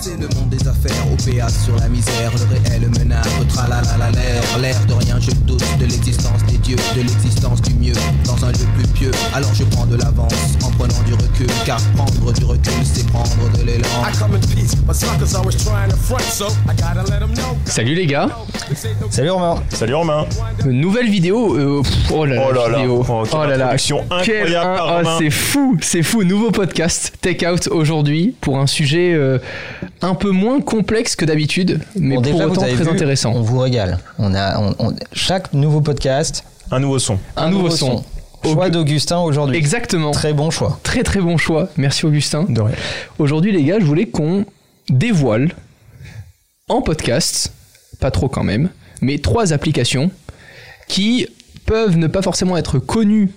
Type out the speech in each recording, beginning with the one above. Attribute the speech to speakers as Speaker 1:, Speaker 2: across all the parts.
Speaker 1: C'est le monde des affaires, OPA sur la misère, le réel menace, tralala l'air, l'air de rien, je doute de l'existence des dieux, de l'existence du mieux, dans un lieu plus pieux. Alors je prends de l'avance en prenant du recul, car prendre du recul, c'est prendre de l'élan.
Speaker 2: Salut les gars,
Speaker 3: Salut Romain.
Speaker 4: Salut Romain.
Speaker 2: nouvelle vidéo. euh, pff, oh là là,
Speaker 4: Oh là là.
Speaker 2: vidéo.
Speaker 4: Oh, quelle
Speaker 2: là là.
Speaker 4: introduction
Speaker 2: Quel
Speaker 4: incroyable
Speaker 2: un-
Speaker 4: par
Speaker 2: ah,
Speaker 4: Romain.
Speaker 2: c'est fou, c'est fou. Nouveau podcast Take Out aujourd'hui pour un sujet euh, un peu moins complexe que d'habitude, mais
Speaker 3: Bon,
Speaker 2: pour
Speaker 3: déjà, vous
Speaker 2: autant
Speaker 3: avez
Speaker 2: très
Speaker 3: vu, On
Speaker 2: intéressant.
Speaker 3: vous régale. On a, on- on- chaque nouveau podcast,
Speaker 4: Un nouveau son.
Speaker 2: Un nouveau son.
Speaker 3: Choix
Speaker 2: Aucun-
Speaker 3: d'Augustin aujourd'hui.
Speaker 2: Exactement.
Speaker 3: Très bon choix.
Speaker 2: Très très bon choix. Merci Augustin.
Speaker 3: De
Speaker 2: Aujourd'hui les gars, je voulais qu'on dévoile en podcast, pas trop quand même, mais trois applications qui peuvent ne pas forcément être connues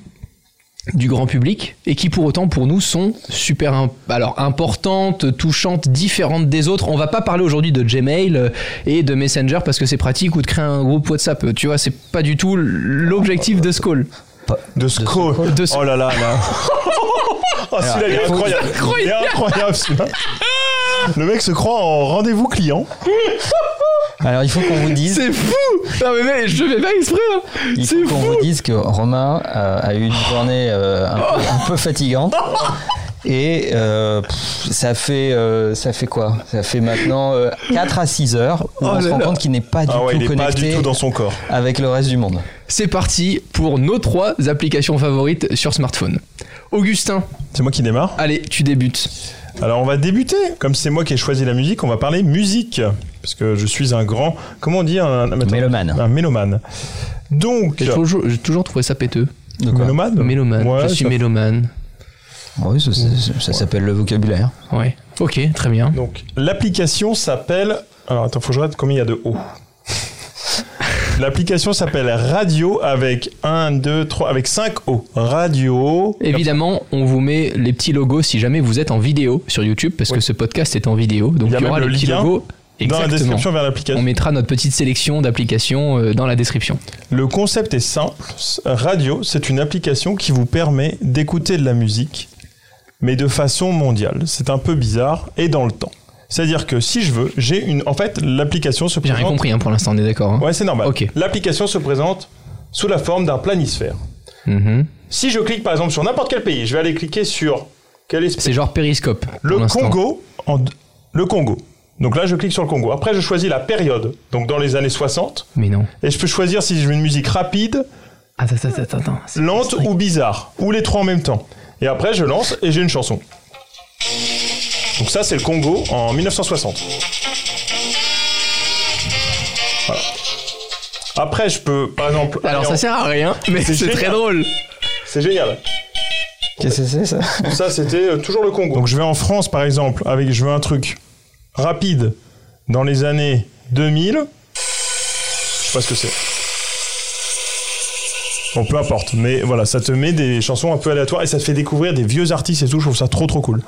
Speaker 2: du grand public et qui pour autant pour nous sont super im- alors importantes, touchantes, différentes des autres. On va pas parler aujourd'hui de Gmail euh, et de Messenger parce que c'est pratique ou de créer un groupe WhatsApp. Euh, Tu vois, c'est pas du tout l'objectif de ce call.
Speaker 4: De Scroll.
Speaker 2: De Scroll.
Speaker 4: Oh là là là. oh, celui-là, il est incroyable. Il est incroyable, celui-là. Le mec se croit en rendez-vous client.
Speaker 3: Alors il faut qu'on vous dise,
Speaker 2: C'est fou Non mais, mec, je fais pas exprès hein.
Speaker 3: il
Speaker 2: C'est
Speaker 3: faut
Speaker 2: fou
Speaker 3: qu'on vous dise que Romain euh, a eu une journée euh, un, peu, un peu fatigante. Et euh, pff, ça fait euh, ça fait quoi Ça fait maintenant euh, 4 à 6 heures où on
Speaker 2: Oh là
Speaker 3: se rend
Speaker 2: là.
Speaker 3: compte qu'il n'est pas du
Speaker 4: Ah ouais,
Speaker 3: tout
Speaker 4: il est pas
Speaker 3: connecté
Speaker 4: du tout dans son corps.
Speaker 3: avec le reste du monde.
Speaker 2: C'est parti pour nos trois applications favorites sur smartphone. Augustin,
Speaker 4: C'est moi qui démarre.
Speaker 2: allez, tu débutes.
Speaker 4: Alors, on va débuter. Comme c'est moi qui ai choisi la musique, on va parler musique. Parce que je suis un grand. Comment on dit un, un-
Speaker 3: Mélomane.
Speaker 4: Un mélomane. Donc.
Speaker 2: J'ai toujours, j'ai toujours trouvé ça péteux.
Speaker 3: De quoi Ah
Speaker 4: Mélomane
Speaker 2: Mélomane,
Speaker 4: Euh, Ouais,
Speaker 2: je suis
Speaker 4: ça-
Speaker 2: mélomane.
Speaker 3: Oui, ça, ça- ça- ça s'appelle le vocabulaire.
Speaker 2: Ouais. Ok, très bien.
Speaker 4: Donc, l'application s'appelle. Alors, attends, faut que je regarde combien il y a de O. L'application s'appelle Radio avec 1, 2, 3, avec 5 O. Radio.
Speaker 2: Évidemment, on vous met les petits logos si jamais vous êtes en vidéo sur YouTube, parce que
Speaker 4: Oui.
Speaker 2: ce podcast est en vidéo. Donc
Speaker 4: Il
Speaker 2: il
Speaker 4: y a
Speaker 2: y, aura
Speaker 4: même
Speaker 2: les
Speaker 4: le
Speaker 2: petits
Speaker 4: lien
Speaker 2: logos.
Speaker 4: Dans la
Speaker 2: Exactement.
Speaker 4: description vers
Speaker 2: On
Speaker 4: l'application.
Speaker 2: mettra notre petite sélection d'applications euh, dans la description.
Speaker 4: Le concept est simple. Radio, c'est une application qui vous permet d'écouter de la musique, mais de façon mondiale. C'est un peu bizarre et dans le temps. C'est-à-dire que si je veux, j'ai une. En fait, l'application se
Speaker 2: J'ai
Speaker 4: présente.
Speaker 2: rien compris hein, pour l'instant, on est d'accord. hein.
Speaker 4: Ouais, c'est normal.
Speaker 2: Ok.
Speaker 4: L'application se présente sous la forme d'un planisphère.
Speaker 2: Mhm.
Speaker 4: Si je clique par exemple sur n'importe quel pays, je vais aller cliquer sur quel espèce
Speaker 2: C'est genre Periscope. pour
Speaker 4: le
Speaker 2: l'instant.
Speaker 4: Congo en d- le Congo. Donc là, je clique sur le Congo. Après, je choisis la période, donc dans les années 60,
Speaker 2: Mais non.
Speaker 4: et je peux choisir si je veux une musique rapide,
Speaker 2: Attends, attends, attends, attends. C'est-
Speaker 4: lente ou bizarre, ou les trois en même temps. Et après, je lance et j'ai une chanson. Donc ça, c'est le Congo en 1960. Voilà. Après, je peux, par exemple,
Speaker 2: Alors
Speaker 4: aller
Speaker 2: ça
Speaker 4: en-
Speaker 2: sert à rien, mais
Speaker 4: C'est
Speaker 2: c'est très
Speaker 4: génial.
Speaker 2: drôle.
Speaker 4: c'est génial.
Speaker 3: Qu'est-ce que c'est ça
Speaker 4: Ça, c'était euh, toujours le Congo. Donc je vais en France, par exemple, avec je veux un truc rapide dans les années 2000. Je sais pas ce que c'est. Bon, peu importe. Mais voilà, ça te met des chansons un peu aléatoires et ça te fait découvrir des vieux artistes et tout. Je trouve ça trop trop cool.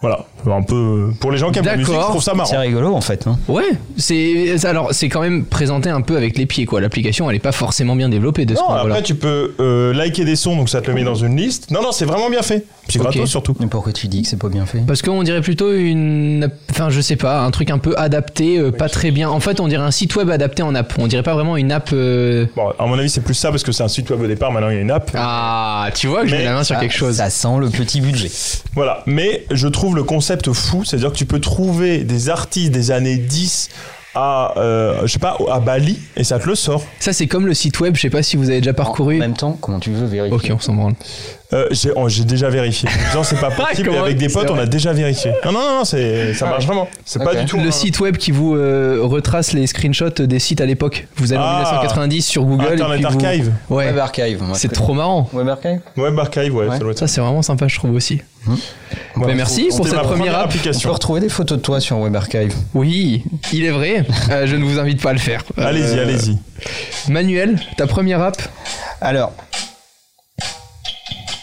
Speaker 4: Voilà, un peu pour les gens qui aiment la musique,
Speaker 2: D'accord.
Speaker 4: je trouve ça
Speaker 3: C'est
Speaker 4: marrant.
Speaker 3: rigolo en fait, hein. non
Speaker 2: Ouais, c'est alors c'est quand même présenté un peu avec les pieds quoi. L'application elle est pas forcément bien développée de ce
Speaker 4: Non, après
Speaker 2: point-là.
Speaker 4: tu peux euh, liker des sons, donc ça te le met dans une liste. Non, non, c'est vraiment bien fait. C'est
Speaker 2: Ok.
Speaker 4: gratos surtout.
Speaker 3: Mais pourquoi tu dis que c'est pas bien fait
Speaker 2: Parce qu'on dirait plutôt une, enfin je sais pas, un truc un peu adapté, euh, pas très bien. En fait, on dirait un site web adapté en app. On dirait pas vraiment une app. euh,
Speaker 4: Bon, à mon avis, c'est plus ça parce que c'est un site web au départ. Maintenant, il y a une app.
Speaker 2: Ah, tu vois que j'ai
Speaker 4: Mais-
Speaker 2: la main sur
Speaker 3: Ah,
Speaker 2: quelque chose.
Speaker 3: Ça sent le petit budget.
Speaker 4: Voilà, mais je trouve le concept fou, c'est-à-dire que tu peux trouver des artistes des années 10 à, euh, je sais pas, à Bali, et ça te le sort.
Speaker 2: Ça c'est comme le site web. Je sais pas si vous avez déjà
Speaker 3: En
Speaker 2: parcouru.
Speaker 3: même temps, comment tu veux
Speaker 2: Ok,
Speaker 3: vérifier
Speaker 2: on s'en branle.
Speaker 4: Euh, j'ai oh, j'ai déjà vérifié. Non, c'est pas possible, et
Speaker 2: Comment-
Speaker 4: avec des potes,
Speaker 2: c'est
Speaker 4: on a
Speaker 2: vrai. Ah
Speaker 4: déjà vérifié. Non, non, non, non, c'est- ça marche vraiment. C'est
Speaker 3: Ok.
Speaker 4: pas du tout...
Speaker 2: Le
Speaker 4: un-
Speaker 2: site web qui vous euh, retrace les screenshots des sites à l'époque. Vous allez en
Speaker 4: Ah.
Speaker 2: 1990 sur Google
Speaker 4: Internet
Speaker 2: et puis vous-
Speaker 4: Archive. bah
Speaker 2: Ouais,
Speaker 3: Web Archive. on va
Speaker 2: c'est
Speaker 3: appeler.
Speaker 2: trop marrant.
Speaker 3: Web Archive
Speaker 4: Web Archive, ouais,
Speaker 3: Ouais.
Speaker 4: ça doit être ça.
Speaker 2: Ça c'est vraiment sympa, je trouve aussi.
Speaker 4: Voilà,
Speaker 2: Mais merci
Speaker 4: c'était
Speaker 2: pour cette
Speaker 4: ma
Speaker 2: première app.
Speaker 3: Tu peux
Speaker 4: application.
Speaker 3: retrouver des photos de toi sur Web Archive.
Speaker 2: Oui, il est vrai. Euh, je ne vous invite pas à le faire. Euh,
Speaker 4: Allez-y, allez-y.
Speaker 2: Manuel, ta première app
Speaker 3: Alors,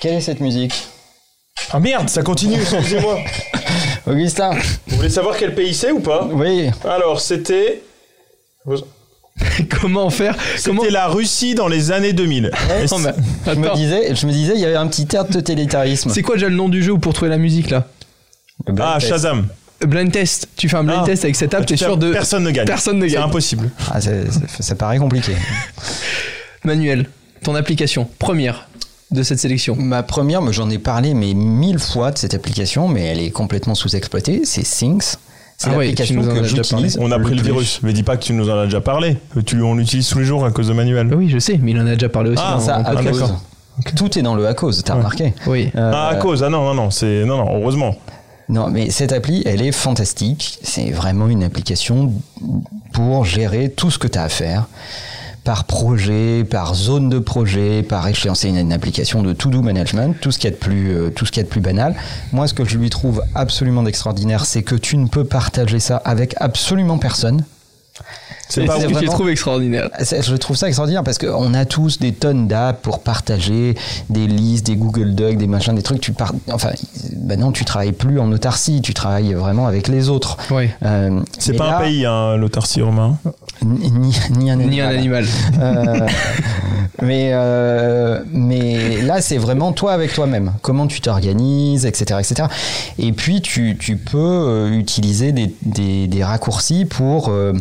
Speaker 3: quelle est cette musique
Speaker 4: Ah merde, ça continue, excusez-moi.
Speaker 3: Augustin
Speaker 4: Vous voulez savoir quel pays c'est ou pas
Speaker 3: Oui,
Speaker 4: Alors, c'était...
Speaker 2: Comment faire Comment
Speaker 4: C'était la Russie dans les années 2000. Et
Speaker 2: Non, mais-
Speaker 3: je me,
Speaker 2: attends.
Speaker 3: disais, je me disais, il y avait un petit air de totalitarisme.
Speaker 2: C'est quoi déjà le nom du jeu ou pour trouver la musique là Euh,
Speaker 3: Le Black
Speaker 4: Ah,
Speaker 3: Test.
Speaker 4: Shazam.
Speaker 2: blind test. Tu fais un blind
Speaker 4: Ah.
Speaker 2: test avec cette app, t'es
Speaker 4: Tu
Speaker 2: sûr
Speaker 4: perds-
Speaker 2: de.
Speaker 4: Personne ne gagne.
Speaker 2: Personne ne
Speaker 4: C'est
Speaker 2: gagne.
Speaker 4: impossible.
Speaker 3: Ah, c'est- c'est- ça paraît compliqué.
Speaker 2: Manuel, ton application première de cette sélection.
Speaker 3: Ma première, mais j'en ai parlé mais mille fois de cette application, mais elle est complètement sous-exploitée. C'est Things. C'est
Speaker 2: Ah ouais, tu
Speaker 3: l'application
Speaker 2: nous en as
Speaker 3: que
Speaker 2: déjà
Speaker 3: j'utilise.
Speaker 4: On a pris le
Speaker 3: plus.
Speaker 4: virus. Mais dis pas que tu nous en as déjà parlé. Tu, on l'utilise tous les jours à cause de Manuel.
Speaker 2: Bah oui, je sais, mais il en a déjà parlé aussi.
Speaker 4: Ah,
Speaker 2: dans-
Speaker 3: Ça,
Speaker 2: dans-
Speaker 3: à
Speaker 4: Ah,
Speaker 3: cause.
Speaker 4: d'accord.
Speaker 3: Tout est dans le à cause, t'as
Speaker 4: Ouais.
Speaker 3: remarqué.
Speaker 2: Oui.
Speaker 3: Euh,
Speaker 4: Ah, à cause. Ah non, non, non. C'est... Non, non, heureusement.
Speaker 3: Non, mais cette appli, elle est fantastique. C'est vraiment une application pour gérer tout ce que tu as à faire par projet, par zone de projet, par échéance. C'est une, une application de to-do management, tout ce qu'il y a de plus, euh, tout ce qu'il y a de plus banal. Moi, ce que je lui trouve absolument d'extraordinaire, c'est que tu ne peux partager ça avec absolument personne.
Speaker 4: C'est
Speaker 2: Et
Speaker 4: pas
Speaker 2: c'est ce que
Speaker 3: vraiment-
Speaker 2: je trouve extraordinaire.
Speaker 3: C'est- Je trouve ça extraordinaire parce qu'on a tous des tonnes d'apps pour partager des listes, des Google Docs, des machins, des trucs. Tu par... Enfin, ben non, tu travailles plus en autarcie, tu travailles vraiment avec les autres.
Speaker 2: Oui.
Speaker 3: Euh,
Speaker 4: C'est
Speaker 3: mais
Speaker 4: pas
Speaker 3: là,
Speaker 4: un pays, hein, l'autarcie romain.
Speaker 2: bah,
Speaker 3: Ni, ni- ni un
Speaker 2: Ni un
Speaker 3: animal.
Speaker 2: animal.
Speaker 3: Euh, mais, euh, mais là, c'est vraiment toi avec toi-même. Comment tu t'organises, etc., etc. Et puis, tu, tu peux euh, utiliser des, des- des raccourcis pour euh,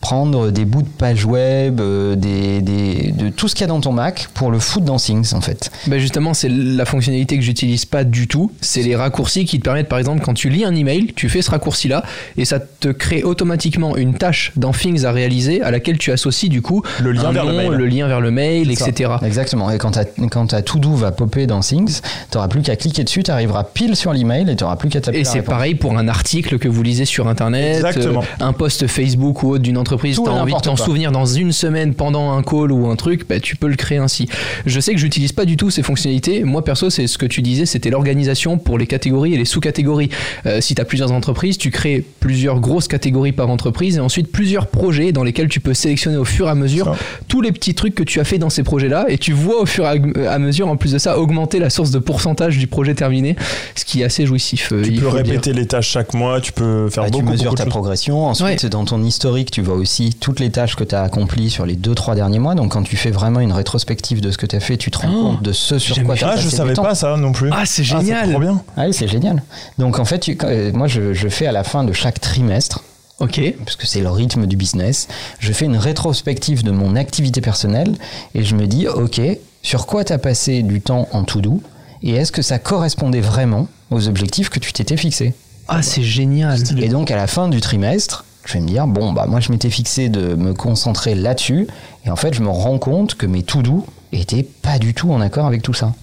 Speaker 3: prendre des bouts de page web, euh, des, des- de tout ce qu'il y a dans ton Mac pour le foutre dans Things, en fait.
Speaker 2: Bah justement, c'est la fonctionnalité que j'utilise pas du tout. C'est les raccourcis qui te permettent, par exemple, quand tu lis un email, tu fais ce raccourci-là et ça te crée automatiquement une tâche dans Things à réaliser à laquelle tu associes du coup
Speaker 4: Le lien
Speaker 2: un
Speaker 4: vers le
Speaker 2: nom,
Speaker 4: mail.
Speaker 2: lien vers le mail,
Speaker 3: C'est ça.
Speaker 2: etc.
Speaker 3: Exactement. Et quand ta, quand ta to-do va popper dans Things, t'auras plus qu'à cliquer dessus, t'arriveras pile sur l'email et t'auras plus qu'à taper
Speaker 2: Et
Speaker 3: la
Speaker 2: c'est
Speaker 3: réponse.
Speaker 2: pareil pour un article que vous lisez sur internet,
Speaker 4: Exactement.
Speaker 2: euh, un post Facebook ou autre d'une entreprise,
Speaker 3: Tout
Speaker 2: t'as
Speaker 3: et
Speaker 2: envie de
Speaker 3: n'importe
Speaker 2: t'en
Speaker 3: quoi.
Speaker 2: souvenir dans une semaine pendant un call ou un truc, bah, tu peux le créer ainsi. Je sais que j'utilise pas du tout ces fonctionnalités. Moi perso, c'est ce que tu disais, c'était l'organisation pour les catégories et les sous-catégories. Euh, si tu as plusieurs entreprises, tu crées plusieurs grosses catégories par entreprise et ensuite plusieurs projets dans lesquels tu peux sélectionner au fur et à mesure
Speaker 4: Ça.
Speaker 2: tous les petits trucs que tu as fait dans ces projets-là et tu vois au fur et à- à mesure, en plus de ça, augmenter la source de pourcentage du projet terminé, ce qui est assez jouissif. euh,
Speaker 4: Tu
Speaker 2: il
Speaker 4: peux
Speaker 2: faut le dire.
Speaker 4: répéter les tâches chaque mois, tu peux faire
Speaker 3: Bah, tu
Speaker 4: beaucoup,
Speaker 3: mesures
Speaker 4: beaucoup de
Speaker 3: ta
Speaker 4: choses.
Speaker 3: progression. Ensuite, dans ton historique, tu vois aussi toutes les tâches que tu as accomplies sur les 2-3 derniers mois. Donc, quand tu fais vraiment une rétrospective de ce que tu as fait, tu te rends
Speaker 2: Oh,
Speaker 3: compte de ce sur
Speaker 2: j'ai
Speaker 3: quoi
Speaker 2: jamais
Speaker 3: tu as
Speaker 4: Ah,
Speaker 3: passé
Speaker 4: je
Speaker 3: du
Speaker 4: savais
Speaker 3: temps.
Speaker 4: pas ça non plus.
Speaker 2: Ah, c'est
Speaker 4: Ah, c'est
Speaker 2: génial.
Speaker 4: trop bien.
Speaker 3: Ah oui, c'est génial. Donc, en fait, tu- quand- euh, moi, je, je fais à la fin de chaque trimestre,
Speaker 2: ok.
Speaker 3: parce que c'est le rythme du business, je fais une rétrospective de mon activité personnelle et je me dis, OK, sur quoi tu as passé du temps en tout doux et est-ce que ça correspondait vraiment aux objectifs que tu t'étais fixés
Speaker 2: Ah, c'est génial.
Speaker 3: Et donc à la fin du trimestre, je vais me dire bon bah moi je m'étais fixé de me concentrer là-dessus et en fait je me rends compte que mes tout doux étaient pas du tout en accord avec tout ça.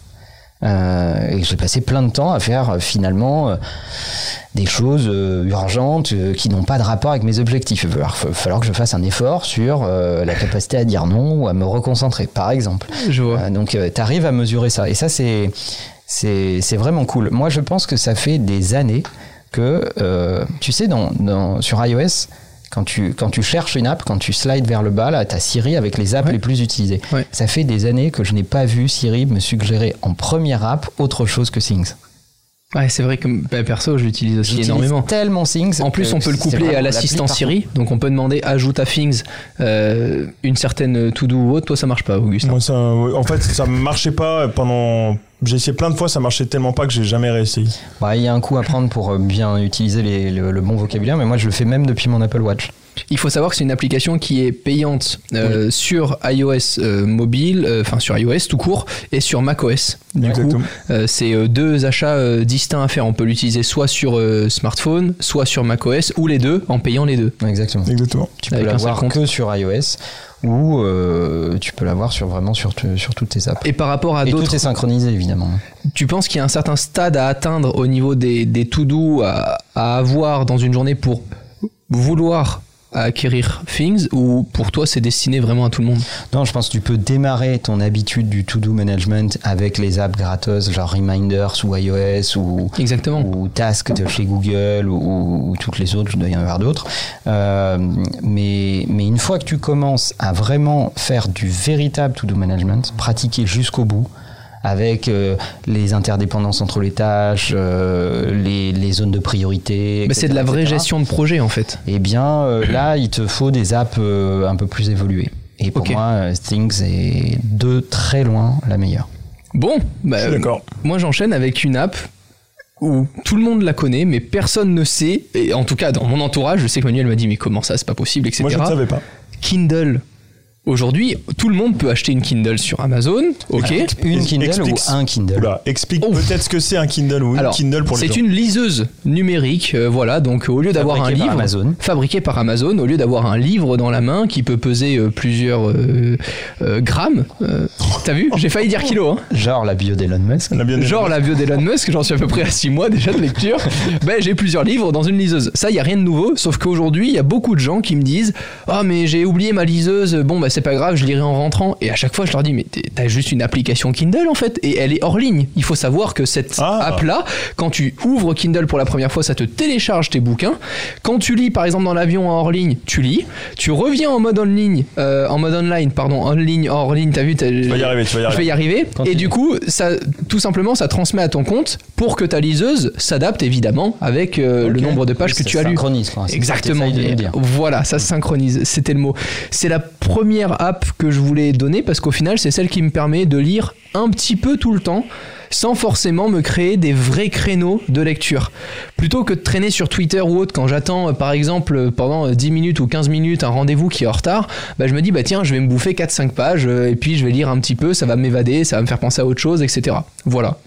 Speaker 3: Euh, et que j'ai passé plein de temps à faire euh, finalement euh, des choses euh, urgentes euh, qui n'ont pas de rapport avec mes objectifs. Il va falloir- fa- falloir que je fasse un effort sur euh, la capacité à dire non ou à me reconcentrer, par exemple.
Speaker 2: Je vois.
Speaker 3: Euh, donc tu arrives à mesurer ça. Et ça, c'est, c'est, c'est vraiment cool. Moi, je pense que ça fait des années que, euh, tu sais, dans, dans- sur iOS, quand tu, quand tu cherches une app, quand tu slides vers le bas, là, tu Siri avec les apps
Speaker 2: Ouais.
Speaker 3: les plus utilisées.
Speaker 2: Ouais.
Speaker 3: Ça fait des années que je n'ai pas vu Siri me suggérer en première app autre chose que Things.
Speaker 2: Ouais, c'est vrai que bah, perso, je l'utilise aussi
Speaker 3: J'utilise
Speaker 2: énormément.
Speaker 3: tellement Things.
Speaker 2: En plus,
Speaker 3: que
Speaker 2: on peut le
Speaker 3: c'est
Speaker 2: coupler
Speaker 3: vraiment hein.
Speaker 2: à
Speaker 3: l'appli
Speaker 2: l'assistant
Speaker 3: partout.
Speaker 2: Siri. Donc, on peut demander ajoute à Things euh, une certaine to-do ou autre. Toi, ça marche pas, Auguste.
Speaker 4: Moi, ça, ouais, en fait, ça marchait pas euh, pendant. J'ai essayé plein de fois, ça marchait tellement pas que j'ai jamais réessayé.
Speaker 3: Bah, Il y a un coup à prendre pour euh, bien utiliser les- le, le bon vocabulaire, mais moi, je le fais même depuis mon Apple Watch.
Speaker 2: Il faut savoir que c'est une application qui est payante euh, sur iOS euh, mobile, euh, enfin sur iOS tout court, et sur macOS. Du coup,
Speaker 4: Exactement.
Speaker 2: euh, c'est euh, deux achats euh, distincts à faire. On peut l'utiliser soit sur euh, smartphone, soit sur macOS, ou les deux en payant les deux.
Speaker 3: Exactement.
Speaker 4: Exactement.
Speaker 3: Tu peux
Speaker 2: Avec un
Speaker 3: l'avoir
Speaker 2: seul compte.
Speaker 3: que sur iOS ou euh, tu peux l'avoir sur vraiment sur, te- sur toutes tes apps.
Speaker 2: Et par rapport à
Speaker 3: Et
Speaker 2: d'autres
Speaker 3: tout est synchronisé évidemment.
Speaker 2: Tu penses qu'il y a un certain stade à atteindre au niveau des, des to-do à, à avoir dans une journée pour vouloir acquérir Things ou pour toi c'est destiné vraiment à tout le monde
Speaker 3: Non, je pense que tu peux démarrer ton habitude du to-do management avec les apps gratteuses genre Reminders ou iOS ou,
Speaker 2: Exactement.
Speaker 3: ou Task de chez Google ou, ou- ou toutes les autres, il doit y en avoir d'autres. Euh, mais, mais une fois que tu commences à vraiment faire du véritable to-do management, pratiquer jusqu'au bout, avec euh, les interdépendances entre les tâches, euh, les, les zones de priorité.
Speaker 2: Mais Bah, c'est de la vraie gestion de projet en fait.
Speaker 3: Eh bien, euh, là, il te faut des apps euh, un peu plus évoluées. Et pour
Speaker 2: Ok.
Speaker 3: moi, euh, Things est de très loin la meilleure.
Speaker 2: Bon, bah,
Speaker 4: Je suis d'accord.
Speaker 2: moi j'enchaîne avec une app où tout le monde la connaît, mais personne ne sait, et en tout cas dans mon entourage, je sais que Manuel m'a dit mais comment ça, c'est pas possible, etc.
Speaker 4: Moi, je ne savais pas.
Speaker 2: Kindle. Aujourd'hui, tout le monde peut acheter une Kindle sur Amazon, ok
Speaker 3: Une
Speaker 4: Ex-
Speaker 3: Kindle
Speaker 4: explique-
Speaker 3: ou un Kindle.
Speaker 4: Oula, explique
Speaker 2: Ouf.
Speaker 4: peut-être ce que c'est un Kindle ou une
Speaker 2: Alors,
Speaker 4: Kindle pour les gens.
Speaker 2: C'est une liseuse numérique, euh, voilà. Donc, au lieu d'avoir un
Speaker 3: Fabriquée par
Speaker 2: livre
Speaker 3: Amazon.
Speaker 2: fabriqué par Amazon, au lieu d'avoir un livre dans la main qui peut peser euh, plusieurs euh, euh, grammes, euh, t'as vu J'ai failli dire kilo. Hein.
Speaker 3: Genre la bio d'Elon Musk.
Speaker 4: On a bien aimé.
Speaker 2: Genre la bio d'Elon Musk, j'en suis à peu près à 6 mois déjà de lecture. ben, j'ai plusieurs livres dans une liseuse. Ça, il y a rien de nouveau, sauf qu'aujourd'hui, il y a beaucoup de gens qui me disent Ah, mais j'ai oublié ma liseuse, bon, bah c'est pas grave, je lirai en rentrant. Et à chaque fois, je leur dis Mais t'es- t'as juste une application Kindle en fait, et elle est hors ligne. Il faut savoir que cette
Speaker 4: Ah.
Speaker 2: app-là, quand tu ouvres Kindle pour la première fois, ça te télécharge tes bouquins. Quand tu lis, par exemple, dans l'avion en hors ligne, tu lis. Tu reviens en mode en ligne, euh, en mode online, pardon, en ligne, hors ligne, t'as vu t'as-
Speaker 4: Tu vas y arriver, tu vas y
Speaker 2: je vais
Speaker 4: arriver.
Speaker 2: y arriver.
Speaker 3: Continue.
Speaker 2: Et du coup, ça, tout simplement, ça transmet à ton compte pour que ta liseuse s'adapte évidemment avec euh, le
Speaker 3: Ok.
Speaker 2: nombre de pages
Speaker 3: Oui,
Speaker 2: que
Speaker 3: ça
Speaker 2: tu as lues.
Speaker 3: synchronise, quoi. Ah, C'est ça que
Speaker 2: Exactement.
Speaker 3: t'essayes de nous dire.
Speaker 2: Voilà, ça se synchronise. C'était le mot. C'est la première app que je voulais donner parce qu'au final, c'est celle qui me permet de lire un petit peu tout le temps sans forcément me créer des vrais créneaux de lecture. Plutôt que de traîner sur Twitter ou autre quand j'attends euh, par exemple euh, pendant euh, 10 minutes ou 15 minutes un rendez-vous qui est en retard, bah, je me dis bah tiens, je vais me bouffer 4-5 pages euh, et puis je vais lire un petit peu, ça va m'évader, ça va me faire penser à autre chose, etc. Voilà.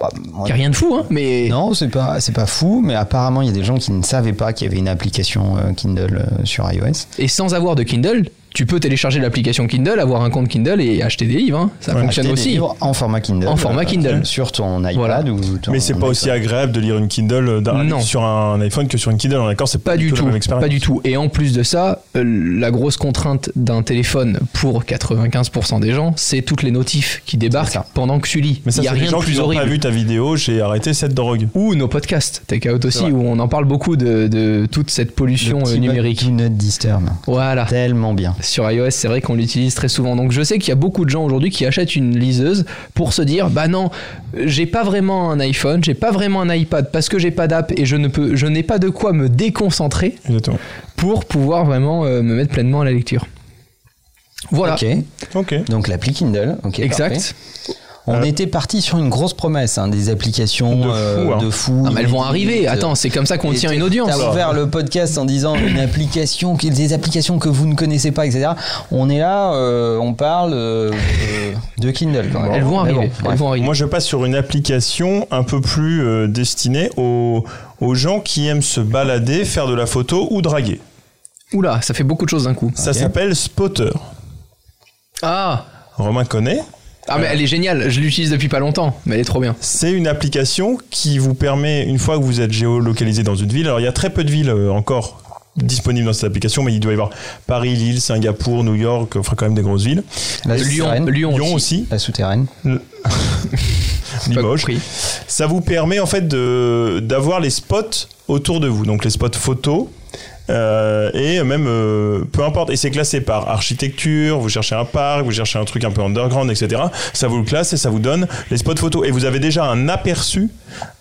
Speaker 3: Bah, moi,
Speaker 2: Il a rien de fou, hein, mais...
Speaker 3: Non, c'est pas, c'est pas fou, mais apparemment, il y a des gens qui ne savaient pas qu'il y avait une application euh, Kindle euh, sur iOS.
Speaker 2: Et sans avoir de Kindle, tu peux télécharger l'application Kindle, avoir un compte Kindle et acheter des livres. hein. Ça
Speaker 4: Ouais,
Speaker 2: fonctionne
Speaker 3: Acheter des
Speaker 2: aussi.
Speaker 3: livres en format Kindle. Euh,
Speaker 2: En format Kindle.
Speaker 3: Sur ton iPad
Speaker 2: Voilà.
Speaker 3: ou ton
Speaker 4: Mais c'est pas aussi
Speaker 3: iPhone.
Speaker 4: agréable de lire une Kindle euh, d'un-
Speaker 2: Non.
Speaker 4: sur un iPhone que sur une Kindle, on est d'accord C'est
Speaker 2: Pas du
Speaker 4: la
Speaker 2: tout,
Speaker 4: même expérience.
Speaker 2: pas du tout. Et en plus de ça, euh, la grosse contrainte d'un téléphone pour 95% des gens, c'est toutes les notifs qui débarquent
Speaker 3: C'est ça.
Speaker 2: pendant que tu lis.
Speaker 4: Mais ça,
Speaker 2: Il y a
Speaker 4: c'est les
Speaker 2: rien
Speaker 4: gens
Speaker 2: de
Speaker 4: qui
Speaker 2: plus
Speaker 4: n'ont pas
Speaker 2: horrible.
Speaker 4: vu ta vidéo, j'ai arrêté cette drogue.
Speaker 2: Ou nos podcasts, Take Out aussi,
Speaker 4: vrai.
Speaker 2: où on en parle beaucoup de, de toute cette pollution
Speaker 3: Le
Speaker 2: euh,
Speaker 3: petit mode
Speaker 2: numérique.
Speaker 3: Do not disturb.
Speaker 2: Voilà.
Speaker 3: Tellement bien.
Speaker 2: Sur iOS, c'est vrai qu'on l'utilise très souvent. Donc je sais qu'il y a beaucoup de gens aujourd'hui qui achètent une liseuse pour se dire bah non, j'ai pas vraiment un iPhone, j'ai pas vraiment un iPad parce que j'ai pas d'app et je ne peux je n'ai pas de quoi me déconcentrer
Speaker 4: Exactement.
Speaker 2: pour pouvoir vraiment euh, me mettre pleinement à la lecture. Voilà.
Speaker 3: Ok.
Speaker 4: Ok.
Speaker 3: Donc l'appli Kindle. Ok.
Speaker 2: Exact.
Speaker 3: parfait. On
Speaker 4: Euh,
Speaker 3: était parti sur une grosse promesse, hein, des applications
Speaker 4: De fou,
Speaker 3: euh,
Speaker 4: hein.
Speaker 3: de fou.
Speaker 2: Ah, mais elles vont
Speaker 3: inédites,
Speaker 2: arriver.
Speaker 3: euh,
Speaker 2: Attends, c'est comme ça qu'on
Speaker 3: et
Speaker 2: tient
Speaker 3: t'as-
Speaker 2: une audience.
Speaker 3: T'as ouvert le podcast en disant une application, qui- des applications que vous ne connaissez pas, etc. On est là, euh, on parle euh, euh, de Kindle. quand même.
Speaker 2: Elles vont
Speaker 3: Mais
Speaker 2: arriver.
Speaker 3: bon,
Speaker 2: Elles
Speaker 3: bref.
Speaker 2: vont arriver.
Speaker 4: Moi, je passe sur une application un peu plus euh, destinée aux, aux gens qui aiment se balader, faire de la photo ou draguer.
Speaker 2: Oula, ça fait beaucoup de choses d'un coup.
Speaker 4: Ça s'appelle Spotter.
Speaker 2: Ah
Speaker 4: Romain connaît.
Speaker 2: ah mais elle est géniale, je l'utilise depuis pas longtemps, mais elle est trop bien.
Speaker 4: C'est une application qui vous permet, une fois que vous êtes géolocalisé dans une ville, alors il y a très peu de villes euh, encore disponibles dans cette application, mais il doit y avoir Paris, Lille, Singapour, New York, enfin quand même des grosses villes.
Speaker 3: La
Speaker 2: Lyon,
Speaker 3: souterraine.
Speaker 2: Lyon,
Speaker 4: Lyon
Speaker 2: aussi.
Speaker 4: aussi,
Speaker 3: La souterraine.
Speaker 2: Pas
Speaker 4: Limoges.
Speaker 2: compris.
Speaker 4: Ça vous permet en fait de- d'avoir les spots autour de vous, donc les spots photos. euh, et même euh, peu importe et c'est classé par architecture vous cherchez un parc vous cherchez un truc un peu underground etc ça vous le classe et ça vous donne les spots photos et vous avez déjà un aperçu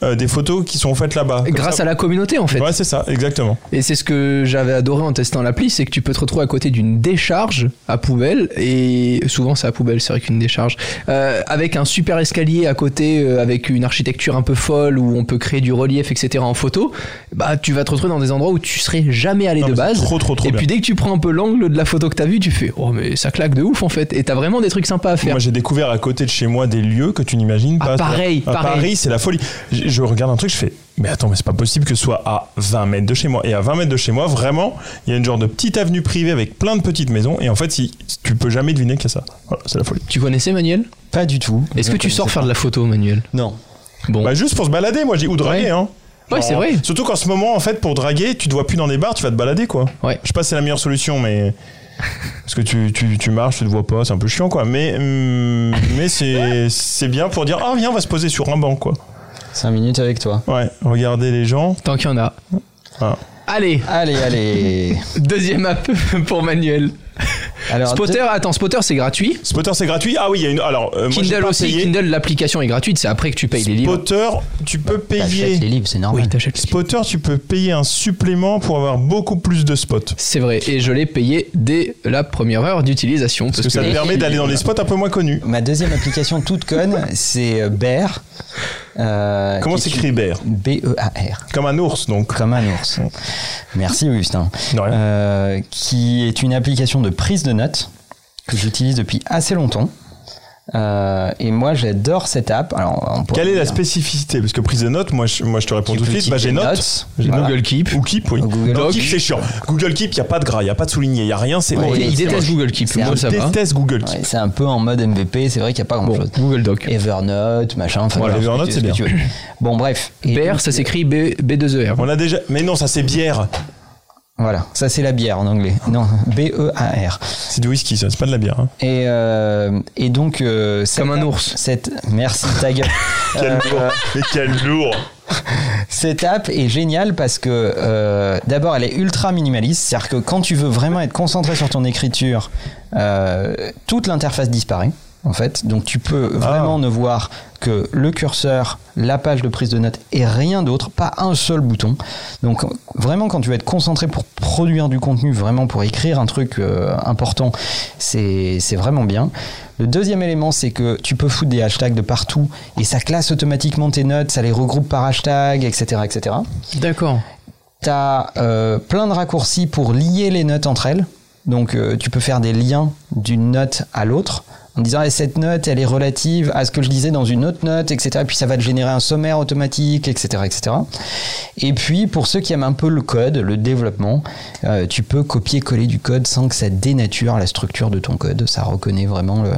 Speaker 4: euh, des photos qui sont faites là-bas Comme
Speaker 2: Grâce
Speaker 4: ça-
Speaker 2: à la communauté en fait.
Speaker 4: ouais c'est ça exactement
Speaker 2: Et c'est ce que j'avais adoré en testant l'appli, c'est que tu peux te retrouver à côté d'une décharge à poubelle, et souvent c'est à poubelle, c'est vrai qu'une décharge, euh, avec un super escalier à côté, euh, avec une architecture un peu folle, où on peut créer du relief, etc. en photo, bah tu vas te retrouver dans des endroits où tu serais jamais allé
Speaker 4: Non,
Speaker 2: de
Speaker 4: mais c'est
Speaker 2: base.
Speaker 4: trop trop trop
Speaker 2: et
Speaker 4: bien.
Speaker 2: puis dès que tu prends un peu l'angle de la photo que t'as vue, tu fais oh mais ça claque de ouf en fait, et t'as vraiment des trucs sympas à faire.
Speaker 4: Moi, j'ai découvert à côté de chez moi des lieux que tu n'imagines
Speaker 2: Ah,
Speaker 4: pas.
Speaker 2: pareil,
Speaker 4: À
Speaker 2: pareil.
Speaker 4: Paris, c'est la folie. Je, je regarde un truc, je fais, mais attends, mais c'est pas possible que ce soit à 20 mètres de chez moi. Et à 20 mètres de chez moi, vraiment, il y a une genre de petite avenue privée avec plein de petites maisons. Et en fait, si, tu peux jamais deviner qu'il y a ça. Voilà, c'est la folie.
Speaker 2: Tu connaissais Manuel
Speaker 3: Pas du tout.
Speaker 2: Est-ce que
Speaker 3: Je
Speaker 2: tu sors
Speaker 3: connaissais
Speaker 2: faire de la photo Manuel
Speaker 3: pas. Non.
Speaker 2: Bon,
Speaker 4: Bah, juste pour se balader, moi, j'ai ou draguer,
Speaker 2: Ouais.
Speaker 4: hein.
Speaker 2: Ouais,
Speaker 4: Genre,
Speaker 2: c'est vrai.
Speaker 4: Surtout qu'en ce moment, en fait, pour draguer, tu te vois plus dans des bars, tu vas te balader, quoi.
Speaker 2: ouais.
Speaker 4: Je sais pas si c'est la meilleure solution, mais. Parce que tu, tu, tu marches, tu te vois pas, c'est un peu chiant, quoi. Mais, hum, mais c'est c'est bien pour dire, ah, viens, on va se poser sur un banc, quoi.
Speaker 3: 5 minutes avec toi.
Speaker 4: Ouais, regardez les gens.
Speaker 2: Tant qu'il y en a.
Speaker 4: Ah.
Speaker 2: Allez,
Speaker 3: Allez, allez.
Speaker 2: deuxième app pour Manuel.
Speaker 3: Alors,
Speaker 2: Spotter, attends, Spotter c'est gratuit.
Speaker 4: Spotter, c'est gratuit Ah oui, il y a une. Alors, euh, moi, j'ai
Speaker 2: Kindle
Speaker 4: pas
Speaker 2: aussi,
Speaker 4: payé.
Speaker 2: Kindle Bah, l'application est gratuite, c'est après que tu payes les livres.
Speaker 4: Spotter, tu peux
Speaker 3: T'achètes Bah,
Speaker 4: payer.
Speaker 3: les livres, c'est normal.
Speaker 2: Oui, t'achètes.
Speaker 4: Spotter, tu peux payer un supplément pour avoir beaucoup plus de spots. Parce
Speaker 2: C'est vrai, et je l'ai payé dès la première heure d'utilisation. Parce
Speaker 4: que ça
Speaker 2: que Bah,
Speaker 4: te permet d'aller dans des spots un peu moins connus.
Speaker 3: Ma deuxième application toute conne, c'est euh, Bear. euh,
Speaker 4: Comment
Speaker 3: qui est
Speaker 4: s'écrit Bear
Speaker 3: une- E B-E-A-R.
Speaker 4: Comme un ours, donc.
Speaker 3: Comme un ours. Merci Augustin.
Speaker 4: De rien.
Speaker 3: Euh, qui est une application de prise de notes que j'utilise depuis assez longtemps. Euh, et moi, j'adore cette app. Alors, on pourrait
Speaker 4: Quelle est la
Speaker 3: dire
Speaker 4: spécificité Parce que prise de notes, moi je, moi, je te réponds
Speaker 3: que
Speaker 4: tout de
Speaker 3: tu
Speaker 4: suite,
Speaker 3: utilises
Speaker 4: bah, j'ai
Speaker 3: des
Speaker 4: notes.
Speaker 3: notes.
Speaker 4: J'ai
Speaker 3: Voilà.
Speaker 2: Google Keep.
Speaker 4: Ou Keep, oui.
Speaker 3: Google
Speaker 4: Non,
Speaker 3: Doc.
Speaker 4: Keep, c'est chiant. Google Keep, il n'y a pas de gras, il n'y a pas de souligné, il n'y a rien, c'est
Speaker 3: Ouais,
Speaker 4: horrible.
Speaker 3: il-
Speaker 2: il
Speaker 3: c'est
Speaker 2: déteste
Speaker 3: moche.
Speaker 2: Google Keep.
Speaker 3: C'est
Speaker 2: Moi,
Speaker 3: un hein.
Speaker 2: ça
Speaker 4: Je
Speaker 2: va.
Speaker 4: déteste Google Keep.
Speaker 3: Ouais, c'est un peu en mode MVP. C'est vrai qu'il n'y a pas grand
Speaker 2: Bon,
Speaker 3: chose.
Speaker 2: Google Doc.
Speaker 3: Evernote, machin. enfin,
Speaker 4: Voilà,
Speaker 3: ce que
Speaker 4: Evernote,
Speaker 3: tu-
Speaker 4: c'est
Speaker 3: ce que
Speaker 4: bien.
Speaker 3: tu veux. Bon, bref. Et
Speaker 2: BR,
Speaker 3: donc, euh,
Speaker 2: ça s'écrit B, B2ER.
Speaker 4: On a déjà. Mais non, ça c'est bière.
Speaker 3: Voilà, ça c'est la bière en anglais. Non, B-E-A-R.
Speaker 4: C'est du whisky, ça, c'est pas de la bière. hein.
Speaker 3: Et, euh, et donc. euh, cette-
Speaker 2: Comme un ours.
Speaker 3: Cette, merci, ta gueule.
Speaker 4: Quel
Speaker 3: Euh,
Speaker 4: lourd. Mais quel lourd.
Speaker 3: Cette app est géniale parce que euh, d'abord elle est ultra minimaliste, c'est-à-dire que quand tu veux vraiment être concentré sur ton écriture, euh, toute l'interface disparaît en fait. Donc tu peux vraiment ne voir que le curseur, la page de prise de notes et rien d'autre, pas un seul bouton. Donc vraiment quand tu vas être concentré pour produire du contenu, vraiment pour écrire un truc euh, important, c'est c'est vraiment bien. Le deuxième élément, c'est que tu peux foutre des hashtags de partout et ça classe automatiquement tes notes, ça les regroupe par hashtag, etc. etc.
Speaker 2: D'accord.
Speaker 3: Tu as euh, plein de raccourcis pour lier les notes entre elles. Donc euh, tu peux faire des liens d'une note à l'autre en disant Eh, cette note elle est relative à ce que je disais dans une autre note, etc. Et puis ça va te générer un sommaire automatique, etc. etc. Et puis pour ceux qui aiment un peu le code, le développement, euh, tu peux copier-coller du code sans que ça dénature la structure de ton code. Ça reconnaît vraiment le-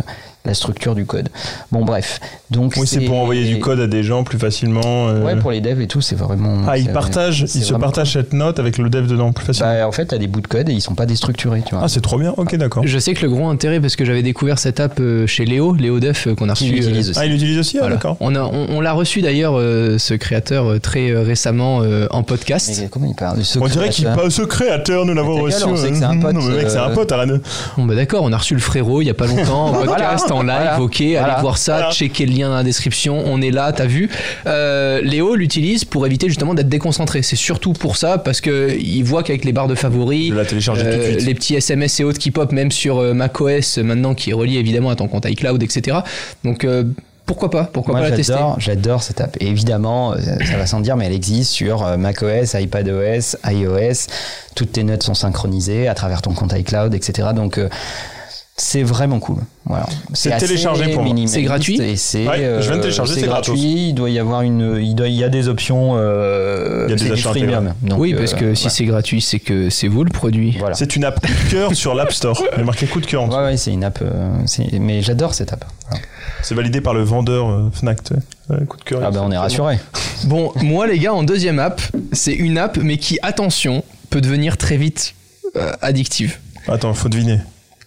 Speaker 3: la structure du code. Bon bref. Donc
Speaker 4: Oui, c'est pour envoyer du code à des gens plus facilement. euh.
Speaker 3: Ouais, pour les devs et tout, c'est vraiment.
Speaker 4: Ah, ils
Speaker 3: c'est-
Speaker 4: partagent,
Speaker 3: c'est
Speaker 4: ils se
Speaker 3: vraiment
Speaker 4: partagent cette note avec le dev dedans plus facilement.
Speaker 3: Bah, en fait, t'as des bouts de code et ils sont pas déstructurés, tu vois.
Speaker 4: Ah, c'est trop bien. Ok, d'accord.
Speaker 2: Je sais que le gros intérêt, parce que j'avais découvert cette app euh, chez Léo, Léo Def, euh, qu'on a
Speaker 3: Qui
Speaker 2: reçu.
Speaker 3: l'utilise aussi.
Speaker 4: Ah, ils l'utilisent aussi, ah,
Speaker 2: voilà.
Speaker 4: d'accord.
Speaker 2: On a- on- on l'a reçu d'ailleurs, euh, ce créateur, euh, très euh, récemment euh, en podcast.
Speaker 3: Mais comment il parle du
Speaker 4: On dirait qu'il
Speaker 3: secret,
Speaker 4: pas ce créateur, nous l'avons
Speaker 3: ta gueule,
Speaker 4: reçu.
Speaker 3: on sait que c'est un
Speaker 4: hein.
Speaker 3: pote,
Speaker 4: Non, mais mec, c'est un
Speaker 3: euh,
Speaker 4: pote, Alan.
Speaker 2: Bon bah d'accord, on a reçu le frérot il y a pas longtemps en podcast, en live,
Speaker 3: voilà,
Speaker 2: ok, allez
Speaker 3: voilà.
Speaker 2: voir ça,
Speaker 4: Voilà.
Speaker 2: checker le lien dans la description, on est là, t'as vu. Euh, Léo l'utilise pour éviter justement d'être déconcentré, c'est surtout pour ça parce que il voit qu'avec les barres de favoris, euh,
Speaker 4: Je vais la télécharger tout de suite.
Speaker 2: les petits SMS et autres qui pop même sur euh, macOS euh, maintenant qui est relié évidemment à ton compte iCloud, etc. Donc euh, pourquoi pas, pourquoi
Speaker 3: Moi,
Speaker 2: pas la tester.
Speaker 3: j'adore, j'adore cette app. Et évidemment, euh, ça va sans dire, mais elle existe sur euh, macOS, iPadOS, iOS. Toutes tes notes sont synchronisées à travers ton compte iCloud, etc. Donc, euh, c'est vraiment cool. Voilà.
Speaker 4: C'est
Speaker 3: assez
Speaker 4: téléchargé pour moi.
Speaker 3: minimaliste
Speaker 2: C'est gratuit
Speaker 3: et c'est,
Speaker 4: Ouais, je viens de
Speaker 3: euh,
Speaker 4: télécharger,
Speaker 3: c'est
Speaker 4: c'est
Speaker 3: gratuit.
Speaker 4: gratos.
Speaker 3: Il doit y avoir une, il doit, il y a des options. euh,
Speaker 4: Il y a des
Speaker 3: c'est du
Speaker 4: achats
Speaker 3: freemium. Donc,
Speaker 2: oui, parce
Speaker 3: euh,
Speaker 2: que si
Speaker 3: ouais.
Speaker 2: c'est gratuit, c'est que c'est vous le produit.
Speaker 3: voilà.
Speaker 4: C'est une app coup de cœur sur l'App Store. Il y a marqué coup de cœur en dessous.
Speaker 3: Ouais, ouais, c'est une app. euh, c'est- mais j'adore cette app. Voilà.
Speaker 4: C'est validé par le vendeur euh, Fnac. tu sais. Ouais, coup de cœur.
Speaker 3: Ah ben
Speaker 2: bah
Speaker 3: on est rassuré.
Speaker 2: Bon, moi les gars, en deuxième app, c'est une app mais qui, attention, peut devenir très vite euh, addictive.
Speaker 4: Attends, faut deviner.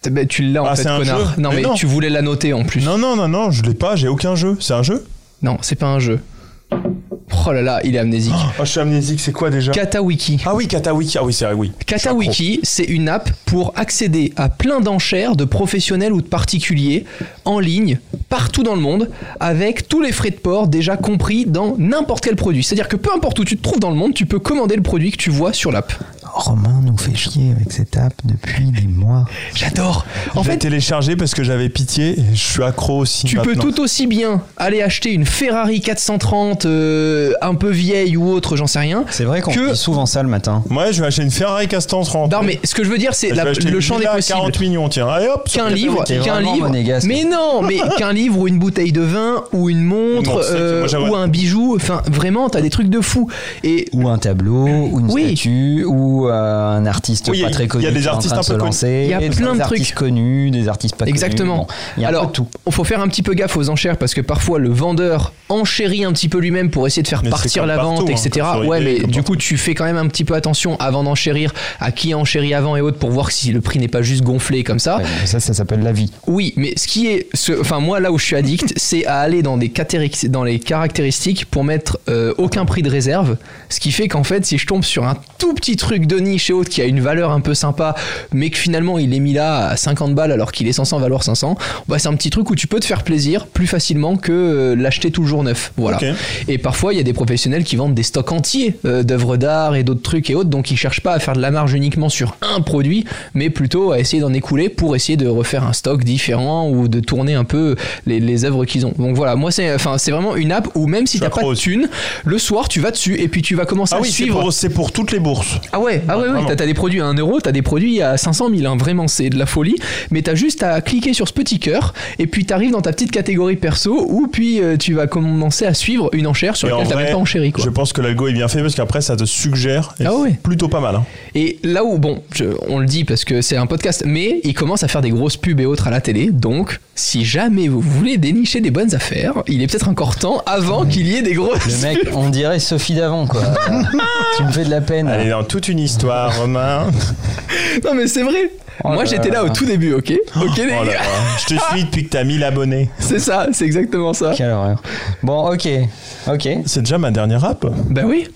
Speaker 2: Eh ben, tu l'as en
Speaker 4: Ah,
Speaker 2: fait,
Speaker 4: c'est un
Speaker 2: connard.
Speaker 4: jeu
Speaker 2: non,
Speaker 4: Mais
Speaker 2: mais
Speaker 4: non.
Speaker 2: tu voulais la noter en plus.
Speaker 4: Non, non, non, non, je l'ai pas, j'ai aucun jeu. C'est un jeu
Speaker 2: Non, c'est pas un jeu. Oh là là, il est amnésique.
Speaker 4: Ah, je suis amnésique, c'est quoi déjà
Speaker 2: Katawiki.
Speaker 4: Ah oui, Katawiki. Ah oui, c'est vrai, oui.
Speaker 2: Katawiki, c'est une app pour accéder à plein d'enchères de professionnels ou de particuliers en ligne, partout dans le monde, avec tous les frais de port déjà compris dans n'importe quel produit. C'est-à-dire que peu importe où tu te trouves dans le monde, tu peux commander le produit que tu vois sur l'app.
Speaker 3: Romain nous fait chier avec cette app depuis des mois.
Speaker 2: J'adore. En
Speaker 4: En fait,
Speaker 2: fait,
Speaker 4: téléchargé parce que j'avais pitié et je suis accro aussi.
Speaker 2: Tu peux
Speaker 4: maintenant.
Speaker 2: tout aussi bien aller acheter une Ferrari 430 euh, un peu vieille ou autre, j'en sais rien.
Speaker 3: C'est vrai qu'on
Speaker 2: Que-
Speaker 3: dit souvent ça le matin.
Speaker 4: Moi, je vais acheter une Ferrari Castan 30.
Speaker 2: Non mais ce que je veux dire c'est
Speaker 4: Je vais
Speaker 2: la-
Speaker 4: acheter
Speaker 2: le
Speaker 4: une
Speaker 2: champ des
Speaker 4: villa à
Speaker 2: possibles.
Speaker 4: 40 millions, tiens. Allez hop
Speaker 2: Qu'un livre,
Speaker 3: t'es
Speaker 2: qu'un
Speaker 3: vraiment
Speaker 2: livre.
Speaker 3: monégasque.
Speaker 2: Mais non, mais qu'un livre ou une bouteille de vin ou une montre
Speaker 4: Non, c'est ça que-
Speaker 2: euh,
Speaker 4: moi, j'aimerais-
Speaker 2: ou un bijou. Enfin, vraiment, t'as des trucs de fou. Et
Speaker 3: Ou un tableau, ou une
Speaker 2: Oui.
Speaker 3: statue, ou euh, un artiste
Speaker 4: Oui, il y a-
Speaker 3: pas très connu.
Speaker 4: il y a des
Speaker 3: qui est en
Speaker 4: artistes
Speaker 3: train de
Speaker 4: un peu
Speaker 3: se
Speaker 4: connus.
Speaker 3: lancer,
Speaker 2: Il y a
Speaker 3: des
Speaker 2: plein de
Speaker 3: artistes
Speaker 2: trucs.
Speaker 3: connus, des artistes pas
Speaker 2: Exactement.
Speaker 3: connus. Bon, il y a un peu
Speaker 2: Alors,
Speaker 3: de tout.
Speaker 2: faut faire un petit peu gaffe aux enchères parce que parfois le vendeur enchérit un petit peu lui-même pour essayer de faire
Speaker 4: Mais c'est
Speaker 2: partir
Speaker 4: comme
Speaker 2: la
Speaker 4: partout,
Speaker 2: vente,
Speaker 4: hein,
Speaker 2: etc.
Speaker 4: comme sur
Speaker 2: ouais,
Speaker 4: eBay,
Speaker 2: mais
Speaker 4: comme
Speaker 2: du
Speaker 4: partout.
Speaker 2: coup, tu fais quand même un petit peu attention avant d'enchérir à qui enchérit avant et autres pour voir si le prix n'est pas juste gonflé comme ça.
Speaker 3: Ouais, mais ça, ça s'appelle la vie.
Speaker 2: Oui, mais ce qui est, ce- enfin moi là où je suis addict, c'est à aller dans des catéri- dans les caractéristiques pour mettre euh, aucun prix de réserve, ce qui fait qu'en fait si je tombe sur un tout petit truc de de niche et autres qui a une valeur un peu sympa, mais que finalement il est mis là à 50 balles alors qu'il est censé en valoir 500, bah c'est un petit truc où tu peux te faire plaisir plus facilement que euh, l'acheter toujours neuf. Voilà.
Speaker 4: Ok.
Speaker 2: Et parfois, il y a des professionnels qui vendent des stocks entiers euh, d'œuvres d'art et d'autres trucs et autres, donc ils cherchent pas à faire de la marge uniquement sur un produit, mais plutôt à essayer d'en écouler pour essayer de refaire un stock différent ou de tourner un peu les, les œuvres qu'ils ont. Donc voilà, moi c'est enfin c'est vraiment une app où même si
Speaker 4: Je suis
Speaker 2: t'as pas de
Speaker 4: accro aussi.
Speaker 2: thune, le soir tu vas dessus et puis tu vas commencer
Speaker 4: Ah
Speaker 2: à
Speaker 4: oui, c'est
Speaker 2: suivre.
Speaker 4: pour, c'est pour toutes les bourses.
Speaker 2: Ah ouais, ah ouais, ouais,
Speaker 4: vraiment.
Speaker 2: t'as t'as des produits à 1 euro, t'as des produits à 500 000, hein, vraiment c'est de la folie, mais t'as juste à cliquer sur ce petit cœur, et puis t'arrives dans ta petite catégorie perso, où puis euh, tu vas commencer à suivre une enchère sur
Speaker 4: Et en
Speaker 2: laquelle t'as
Speaker 4: vrai,
Speaker 2: même pas enchéri quoi.
Speaker 4: Je pense que l'algo est bien fait parce qu'après ça te suggère. et
Speaker 2: Ah ouais.
Speaker 4: c'est Plutôt pas mal. hein.
Speaker 2: Et là où, bon, je- on le dit parce que c'est un podcast, mais il commence à faire des grosses pubs et autres à la télé. Donc, si jamais vous voulez dénicher des bonnes affaires, il est peut-être encore temps avant qu'il y ait des grosses.
Speaker 3: Le mec, on dirait Sophie d'avant, quoi. Euh, tu me fais de la peine.
Speaker 4: Elle est dans toute une histoire, Romain.
Speaker 2: Non, mais c'est vrai.
Speaker 3: Oh
Speaker 2: Moi,
Speaker 3: là
Speaker 2: j'étais là
Speaker 3: là.
Speaker 2: au tout début, ok Ok, les
Speaker 4: Oh là
Speaker 2: gars
Speaker 4: là. Je te suis depuis que t'as 1000 abonnés.
Speaker 2: C'est ça, c'est exactement ça.
Speaker 3: Quelle horreur. Bon, ok. Ok.
Speaker 4: C'est déjà ma dernière app.
Speaker 2: Bah oui.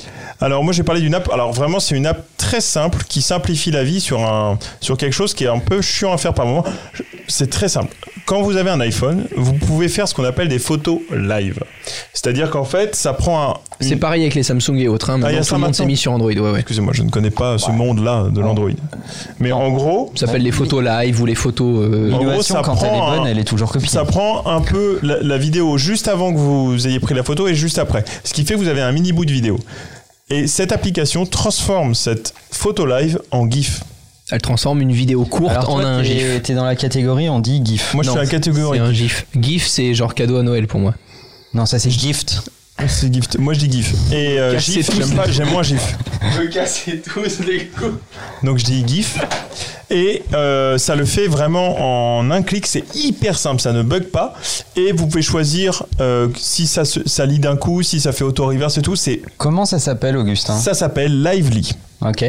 Speaker 4: Alors moi j'ai parlé d'une app. Alors vraiment c'est une app très simple qui simplifie la vie sur un sur quelque chose qui est un peu chiant à faire par moment. Je- C'est très simple. Quand vous avez un iPhone, vous pouvez faire ce qu'on appelle des photos live. C'est-à-dire qu'en fait ça prend un. une-
Speaker 3: Mm.
Speaker 2: C'est pareil avec les Samsung et autres, hein.
Speaker 4: Ah, y a
Speaker 2: Maintenant,
Speaker 4: ça
Speaker 2: tout le monde s'est
Speaker 4: maintenant
Speaker 2: mis sur Android, ouais, ouais.
Speaker 4: Excusez-moi, je ne connais pas ce monde-là de l'Android. Mais en gros,
Speaker 2: Ça s'appelle les photos live ou les photos. euh,
Speaker 4: En gros,
Speaker 3: L'innovation,
Speaker 4: ça
Speaker 3: quand elle est
Speaker 4: prend
Speaker 3: bonne,
Speaker 4: un-
Speaker 3: elle est toujours copiée.
Speaker 4: Ça prend un peu la, la vidéo juste avant que vous ayez pris la photo et juste après. Ce qui fait que vous avez un mini bout de vidéo. Et cette application transforme cette photo live en GIF.
Speaker 2: Elle transforme une vidéo courte
Speaker 3: Alors,
Speaker 2: en
Speaker 3: toi,
Speaker 2: un
Speaker 3: t'es-
Speaker 2: GIF.
Speaker 3: T'es dans la catégorie, on dit GIF.
Speaker 4: Moi, je
Speaker 2: Non,
Speaker 4: suis à la
Speaker 2: C'est
Speaker 4: catégorie.
Speaker 2: un GIF. GIF, c'est genre cadeau à Noël pour moi.
Speaker 3: Non, ça c'est gift.
Speaker 4: C'est GIF. Moi, je dis GIF. Et euh,
Speaker 2: Cassez
Speaker 4: GIF,
Speaker 2: tous.
Speaker 4: j'aime pas, j'aime moins GIF.
Speaker 5: Me casser tous les coups.
Speaker 4: Donc, je dis GIF. Et euh, ça le fait vraiment en un clic. C'est hyper simple. Ça ne bug pas. Et vous pouvez choisir euh, si ça, se- ça lit d'un coup, si ça fait auto-reverse et tout. C'est,
Speaker 3: Comment ça s'appelle,
Speaker 2: Hein.
Speaker 3: Augustin
Speaker 4: ça s'appelle Lively.
Speaker 3: Ok.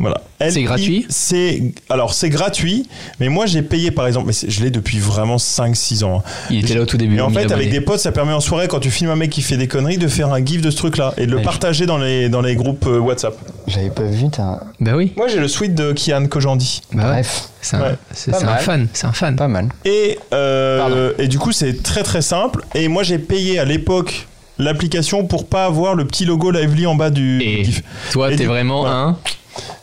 Speaker 4: Voilà.
Speaker 2: C'est
Speaker 4: LI,
Speaker 2: gratuit
Speaker 4: C'est alors c'est gratuit, mais moi j'ai payé par exemple, mais c'est- je l'ai depuis vraiment 5 6 ans. hein.
Speaker 2: Il était là au tout début.
Speaker 4: Et en
Speaker 2: 1000
Speaker 4: fait avec
Speaker 2: abonnés.
Speaker 4: des potes, ça permet en soirée quand tu filmes un mec qui fait des conneries de faire un gif de ce truc là et de le
Speaker 3: Ouais, je-
Speaker 4: partager dans les dans les groupes euh, WhatsApp.
Speaker 3: J'avais pas vu, t'as.
Speaker 2: Bah oui.
Speaker 4: Moi j'ai le suite de Kian Kojandi.
Speaker 2: Bah ouais.
Speaker 3: Bref,
Speaker 2: C'est un,
Speaker 4: Ouais.
Speaker 2: c'est-
Speaker 3: Pas
Speaker 2: c'est un
Speaker 3: mal.
Speaker 2: fan, c'est un fan.
Speaker 3: pas mal.
Speaker 4: Et euh,
Speaker 3: Pardon.
Speaker 4: et du coup, c'est très très simple et moi j'ai payé à l'époque l'application pour pas avoir le petit logo Lively en bas du
Speaker 2: Et-
Speaker 4: gif.
Speaker 2: Toi,
Speaker 4: Et
Speaker 2: t'es
Speaker 4: du-
Speaker 2: vraiment
Speaker 4: voilà.
Speaker 2: un.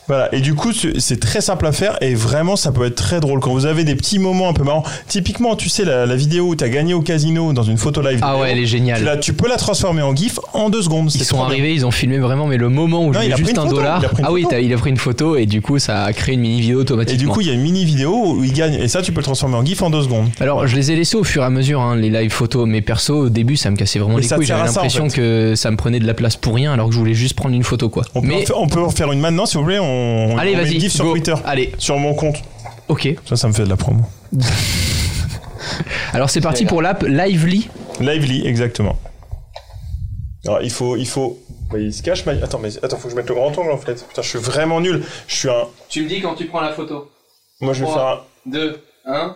Speaker 4: Voilà, et du coup, c'est c'est très simple à faire et vraiment, ça peut être très drôle quand vous avez des petits moments un peu marrants. Typiquement, tu sais, la, la vidéo où t'as gagné au casino dans une photo live,
Speaker 2: Ah ouais, elle est
Speaker 4: tu,
Speaker 2: géniale.
Speaker 4: la- tu peux la transformer en GIF en deux secondes.
Speaker 2: Ils
Speaker 4: c'est
Speaker 2: sont
Speaker 4: trop bien.
Speaker 2: arrivés, ils ont filmé vraiment, mais le moment où je
Speaker 4: Non, il
Speaker 2: mets
Speaker 4: a
Speaker 2: juste
Speaker 4: pris une
Speaker 2: un
Speaker 4: photo,
Speaker 2: dollar.
Speaker 4: il a pris une
Speaker 2: Ah oui,
Speaker 4: photo.
Speaker 2: t'as- il a pris une photo et du coup, ça a créé une mini vidéo
Speaker 4: Et du
Speaker 2: automatiquement.
Speaker 4: coup, il y a une mini vidéo où il gagne et ça, tu peux le transformer en GIF en deux secondes.
Speaker 2: Alors, je les ai laissés au fur et à mesure, hein, les live photos, mais perso, au début, ça me cassait vraiment
Speaker 4: Et
Speaker 2: les
Speaker 4: ça
Speaker 2: couilles.
Speaker 4: te sert
Speaker 2: J'avais
Speaker 4: à ça, en
Speaker 2: l'impression
Speaker 4: fait.
Speaker 2: que ça me prenait de la place pour rien, alors que je voulais juste prendre une photo, quoi.
Speaker 4: On, peut, en
Speaker 2: mais
Speaker 4: faire, on peut en faire une maintenant, s'il vous plaît. On,
Speaker 2: allez,
Speaker 4: on met
Speaker 2: vas-y,
Speaker 4: une GIF sur
Speaker 2: go. Ah.
Speaker 4: Twitter,
Speaker 2: Allez,
Speaker 4: sur mon compte.
Speaker 2: ok.
Speaker 4: Ça, ça me fait de la promo.
Speaker 2: Alors, c'est parti pour l'app Lively.
Speaker 4: Lively, exactement. Alors, il faut, il faut. Bah, il se cache. mais- Attends, mais attends, faut que je mette le grand angle en fait. Putain, je suis vraiment nul. Je suis un.
Speaker 5: Tu me dis quand tu prends la photo.
Speaker 4: Moi, je vais
Speaker 5: Oh.
Speaker 4: faire un.
Speaker 5: 2, 1.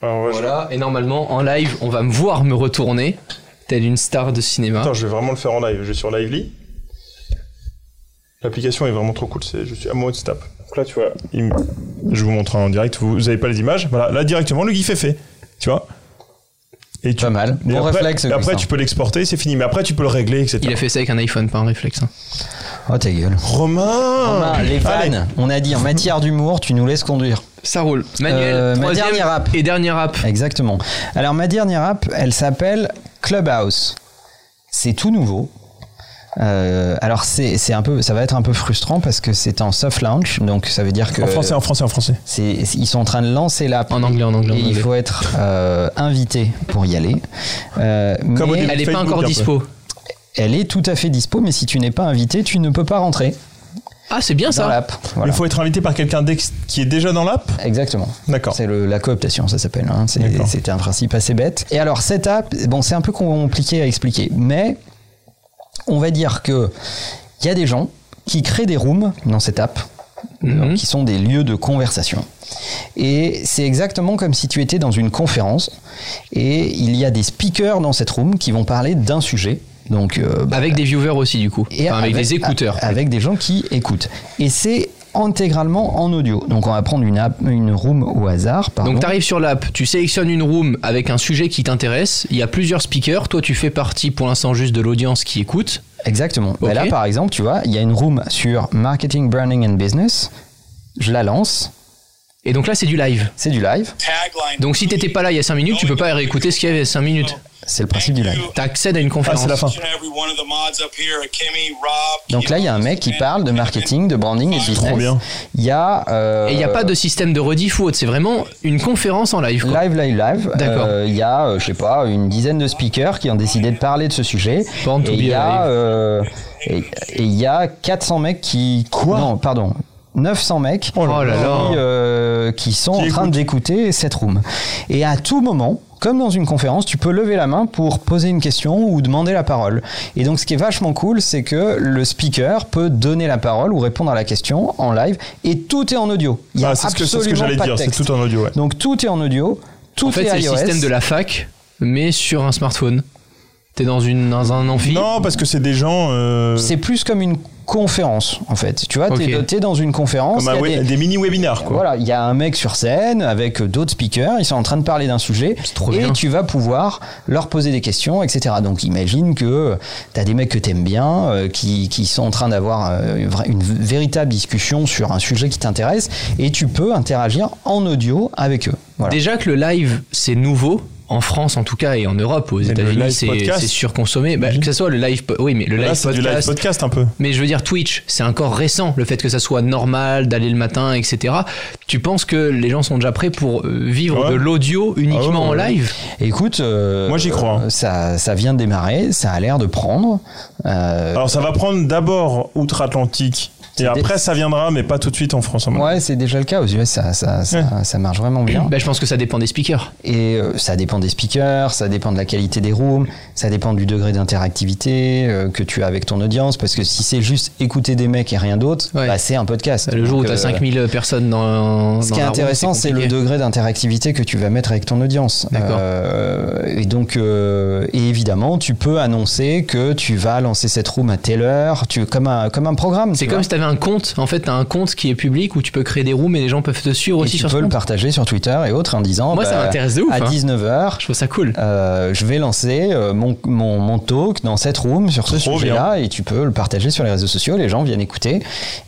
Speaker 4: Ah, ouais, je-
Speaker 2: Voilà, et normalement, en live, on va me voir me retourner, telle une star de cinéma.
Speaker 4: Attends, je vais vraiment le faire en live. Je vais sur Lively. L'application est vraiment trop cool. C'est, je suis amoureux de cette app. Donc là, tu vois, il me- je vous montre en direct. Vous n'avez pas les images. Voilà, là directement, le GIF est fait. Tu vois. Et tu.
Speaker 3: Pas mal.
Speaker 4: et
Speaker 3: Bon
Speaker 4: après,
Speaker 3: réflexe.
Speaker 4: et après,
Speaker 3: Augustin.
Speaker 4: tu peux l'exporter, c'est fini. Mais après, tu peux le régler, etc.
Speaker 2: Il a fait ça avec un iPhone, pas un réflexe. hein.
Speaker 3: Oh ta gueule.
Speaker 4: Romain,
Speaker 3: Romain, les
Speaker 4: Ah, Allez.
Speaker 3: vannes, on a dit en matière d'humour, tu nous laisses conduire.
Speaker 2: Ça roule. Manuel,
Speaker 3: Euh, ma
Speaker 2: troisième
Speaker 3: dernière app.
Speaker 2: Et dernière app.
Speaker 3: Exactement. Alors ma dernière app, elle s'appelle Clubhouse. C'est tout nouveau. Euh, alors c'est c'est un peu, ça va être un peu frustrant parce que c'est en soft launch, donc ça veut dire que
Speaker 4: En français, en français, en français.
Speaker 3: c'est- ils sont en train de lancer l'app.
Speaker 2: En anglais, en anglais, en
Speaker 3: Et il
Speaker 2: anglais.
Speaker 3: faut être euh, invité pour y aller. Euh,
Speaker 4: Comme au
Speaker 3: mais
Speaker 4: début.
Speaker 2: Elle est pas
Speaker 4: Facebook,
Speaker 2: encore
Speaker 4: un peu.
Speaker 2: dispo.
Speaker 3: elle est tout à fait dispo, mais si tu n'es pas invité, tu ne peux pas rentrer
Speaker 2: Ah, c'est bien
Speaker 3: dans
Speaker 2: ça.
Speaker 3: l'app. Voilà.
Speaker 4: Il faut être invité par quelqu'un d'ex- qui est déjà dans l'app.
Speaker 3: Exactement.
Speaker 4: D'accord.
Speaker 3: C'est le- la cooptation, ça s'appelle. hein. C'est-
Speaker 4: D'accord.
Speaker 3: C'était un principe assez bête. Et alors, cette app, bon, c'est un peu compliqué à expliquer, mais on va dire que il y a des gens qui créent des rooms dans cette app,
Speaker 2: Mhm.
Speaker 3: qui sont des lieux de conversation. Et c'est exactement comme si tu étais dans une conférence et il y a des speakers dans cette room qui vont parler d'un sujet. Donc, euh, bah,
Speaker 2: Avec des viewers aussi, du coup.
Speaker 3: et
Speaker 2: Enfin, avec, des écouteurs.
Speaker 3: a- Avec ah, des gens qui écoutent. Et c'est intégralement en audio. Donc on va prendre une, app, une room au hasard. pardon.
Speaker 2: Donc, tu arrives sur l'app, tu sélectionnes une room avec un sujet qui t'intéresse. Il y a plusieurs speakers. Toi, tu fais partie pour l'instant juste de l'audience qui écoute.
Speaker 3: Exactement. Bah
Speaker 2: Ok.
Speaker 3: là, par exemple, tu vois, il y a une room sur marketing, branding and business. Je la lance.
Speaker 2: Et donc là, c'est du live.
Speaker 3: C'est du live.
Speaker 6: Tagline.
Speaker 2: Donc, si t'étais pas là il y a 5 minutes, tu peux pas réécouter ce qu'il y avait il y a 5 minutes.
Speaker 3: C'est le principe du live.
Speaker 2: T'accèdes à une
Speaker 4: Ah,
Speaker 2: conférence.
Speaker 4: c'est la fin.
Speaker 6: Every one of the mods up here, Kimmy, Rob,
Speaker 3: Donc là, il y a un mec qui parle de marketing, de branding et de business.
Speaker 4: bien.
Speaker 3: Il y a. euh,
Speaker 2: Et il n'y a pas de système de rediff ou autre. C'est vraiment une conférence en live. quoi.
Speaker 3: Live, live, live.
Speaker 2: D'accord.
Speaker 3: Euh, Il y a, euh, je sais pas, une dizaine de speakers qui ont décidé de parler de ce sujet.
Speaker 2: Born to
Speaker 3: Et il y
Speaker 2: be
Speaker 3: a,
Speaker 2: alive.
Speaker 3: euh, et- et il y a 400 mecs qui.
Speaker 4: Quoi
Speaker 3: Non, pardon. 900 mecs
Speaker 4: Oh
Speaker 2: là là.
Speaker 3: qui, euh, qui sont
Speaker 4: Qui
Speaker 3: en train
Speaker 4: écoutent.
Speaker 3: d'écouter cette room. Et à tout moment, comme dans une conférence, tu peux lever la main pour poser une question ou demander la parole. Et donc, ce qui est vachement cool, c'est que le speaker peut donner la parole ou répondre à la question en live et tout est en audio. Il y a
Speaker 4: Ah, c'est ce que, c'est ce que
Speaker 3: absolument
Speaker 4: j'allais
Speaker 3: pas de
Speaker 4: dire, c'est
Speaker 3: texte.
Speaker 4: tout en audio. Ouais.
Speaker 3: Donc tout est en audio, tout
Speaker 2: En fait,
Speaker 3: est
Speaker 2: c'est
Speaker 3: iOS.
Speaker 2: le système de la fac, mais sur un smartphone. T'es dans, une, dans un amphi.
Speaker 4: Non, parce que c'est des gens. euh,
Speaker 3: C'est plus comme une conférence en fait. Tu vois, t'es-
Speaker 2: Ok.
Speaker 3: t'es dans une conférence.
Speaker 4: comme un
Speaker 3: il y a
Speaker 4: web-
Speaker 3: des-
Speaker 4: des mini-webinars, quoi.
Speaker 3: Voilà, il y a un mec sur scène avec d'autres speakers, ils sont en train de parler d'un sujet
Speaker 2: trop
Speaker 3: et
Speaker 2: bien.
Speaker 3: tu vas pouvoir leur poser des questions, etc. Donc imagine que tu as des mecs que t'aimes bien, euh, qui, qui sont en train d'avoir euh, une, vraie- une véritable discussion sur un sujet qui t'intéresse et tu peux interagir en audio avec eux. Voilà.
Speaker 2: Déjà que le live, c'est nouveau. En France, en tout cas, et en Europe, aux
Speaker 4: le live
Speaker 2: États-Unis, c'est
Speaker 4: podcast.
Speaker 2: c'est surconsommé. Bah, que ce soit le live, po- oui, mais le
Speaker 4: Là,
Speaker 2: live
Speaker 4: c'est du live
Speaker 2: podcast.
Speaker 4: podcast un peu.
Speaker 2: Mais je veux dire, Twitch, c'est encore récent, le fait que ça soit normal d'aller le matin, etc. Tu penses que les gens sont déjà prêts pour euh, vivre
Speaker 4: Ouais.
Speaker 2: de l'audio uniquement
Speaker 4: Ah ouais, ouais,
Speaker 2: en live
Speaker 3: Écoute, euh,
Speaker 4: Moi, j'y crois, hein.
Speaker 3: Ça, ça vient de démarrer, ça a l'air de prendre. Euh,
Speaker 4: Alors, ça va prendre d'abord outre-Atlantique, et après, ça viendra, mais pas tout de suite en France. à mon avis.
Speaker 3: ouais, c'est déjà le cas aux US, ça, ça, ça, ça marche vraiment bien.
Speaker 2: Bah, Je pense que ça dépend des speakers.
Speaker 3: Et euh, ça dépend des speakers, ça dépend de la qualité des rooms, ça dépend du degré d'interactivité euh, que tu as avec ton audience. Parce que si c'est juste écouter des mecs et rien d'autre,
Speaker 2: Ouais.
Speaker 3: bah, c'est un podcast.
Speaker 2: Le jour où
Speaker 3: Donc,
Speaker 2: t'as
Speaker 3: euh,
Speaker 2: 5000 personnes dans.
Speaker 3: Ce
Speaker 2: dans
Speaker 3: qui est
Speaker 2: la room,
Speaker 3: intéressant, c'est le
Speaker 2: compliqué.
Speaker 3: degré d'interactivité que tu vas mettre avec ton audience.
Speaker 2: D'accord.
Speaker 3: Euh, et donc, euh, et évidemment, tu peux annoncer que tu vas lancer cette room à telle heure, tu, comme, un, comme un programme.
Speaker 2: C'est
Speaker 3: tu
Speaker 2: comme
Speaker 3: vois.
Speaker 2: si t'avais un compte. En fait, t'as un compte qui est public où tu peux créer des rooms et les gens peuvent te suivre
Speaker 3: Et
Speaker 2: aussi
Speaker 3: tu
Speaker 2: sur ce
Speaker 3: peux le
Speaker 2: compte.
Speaker 3: partager sur Twitter et autres en disant
Speaker 2: Moi, ça
Speaker 3: bah,
Speaker 2: m'intéresse de ouf,
Speaker 3: à
Speaker 2: hein.
Speaker 3: 19h,
Speaker 2: Je trouve ça cool.
Speaker 3: euh, je vais lancer euh, mon, mon, mon talk dans cette room sur ce
Speaker 4: Trop
Speaker 3: sujet-là et tu peux le partager sur les réseaux sociaux. Les gens viennent écouter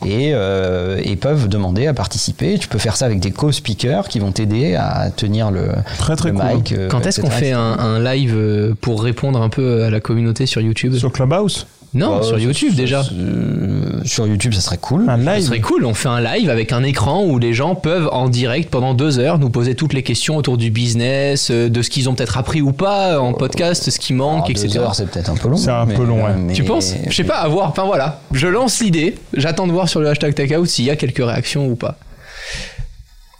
Speaker 3: et, euh, et peuvent demander à participer. Tu peux faire ça avec des co-speakers qui vont t'aider à tenir le,
Speaker 4: Très, très
Speaker 3: le
Speaker 4: cool. hein.
Speaker 3: mic. euh,
Speaker 2: Quand est-ce qu'on
Speaker 3: etc.,
Speaker 2: fait un, un live euh, pour répondre un peu à la communauté sur YouTube
Speaker 4: Sur Clubhouse
Speaker 2: Non,
Speaker 3: Bah,
Speaker 2: sur
Speaker 3: euh,
Speaker 2: YouTube
Speaker 3: sur-
Speaker 2: déjà.
Speaker 3: sur- euh, Sur YouTube, ça serait cool.
Speaker 4: Un
Speaker 2: Ce
Speaker 4: live
Speaker 2: serait cool, on fait un live avec un écran où les gens peuvent en direct pendant deux heures nous poser toutes les questions autour du business, euh, de ce qu'ils ont peut-être appris ou pas euh, en podcast, ce qui manque,
Speaker 3: Alors, Ah, deux
Speaker 2: etc.
Speaker 3: heures, c'est peut-être un peu long. euh,
Speaker 4: C'est un peu long, ouais.
Speaker 2: Tu penses Je sais pas, à voir. Enfin voilà, je lance l'idée, j'attends de voir sur le hashtag Takeout s'il y a quelques réactions ou pas.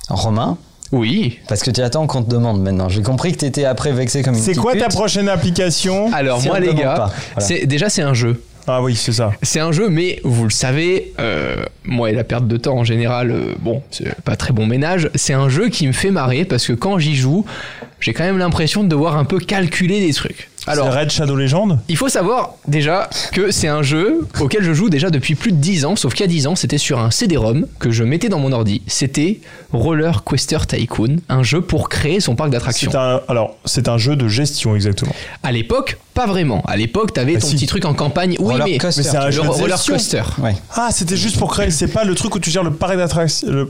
Speaker 3: Romain,
Speaker 2: Oui.
Speaker 3: parce que tu attends qu'on te demande maintenant. J'ai compris que t'étais après vexé comme une
Speaker 4: C'est
Speaker 3: petite
Speaker 4: quoi ta
Speaker 3: pute.
Speaker 4: prochaine application
Speaker 2: Alors
Speaker 3: Si on
Speaker 2: moi
Speaker 3: te
Speaker 2: les
Speaker 3: demande
Speaker 2: gars,
Speaker 3: pas, voilà.
Speaker 2: c'est déjà c'est un jeu.
Speaker 4: Ah oui, c'est ça.
Speaker 2: C'est un jeu, mais vous le savez, euh, moi et la perte de temps en général, euh, bon, c'est pas très bon ménage. C'est un jeu qui me fait marrer parce que quand j'y joue, j'ai quand même l'impression de devoir un peu calculer des trucs.
Speaker 4: C'est
Speaker 2: Alors,
Speaker 4: Red Shadow Legend
Speaker 2: il faut savoir déjà que c'est un jeu auquel je joue déjà depuis plus de 10 ans, sauf qu'il y a 10 ans, c'était sur un CD-ROM que je mettais dans mon ordi. C'était Roller Quester Tycoon, un jeu pour créer son parc d'attractions.
Speaker 4: C'est un, alors, c'est un jeu de gestion exactement.
Speaker 2: À l'époque, pas vraiment. À l'époque, t'avais
Speaker 4: Ah,
Speaker 2: ton
Speaker 4: si. Ah,
Speaker 2: petit truc en campagne. Oui,
Speaker 3: Roller
Speaker 2: mais
Speaker 3: coaster.
Speaker 4: Mais c'est un
Speaker 2: le
Speaker 4: jeu de
Speaker 2: roller
Speaker 4: gestion.
Speaker 2: coaster.
Speaker 3: Ouais.
Speaker 4: Ah, c'était juste pour créer. C'est pas le truc où tu gères le parc d'attractions. le-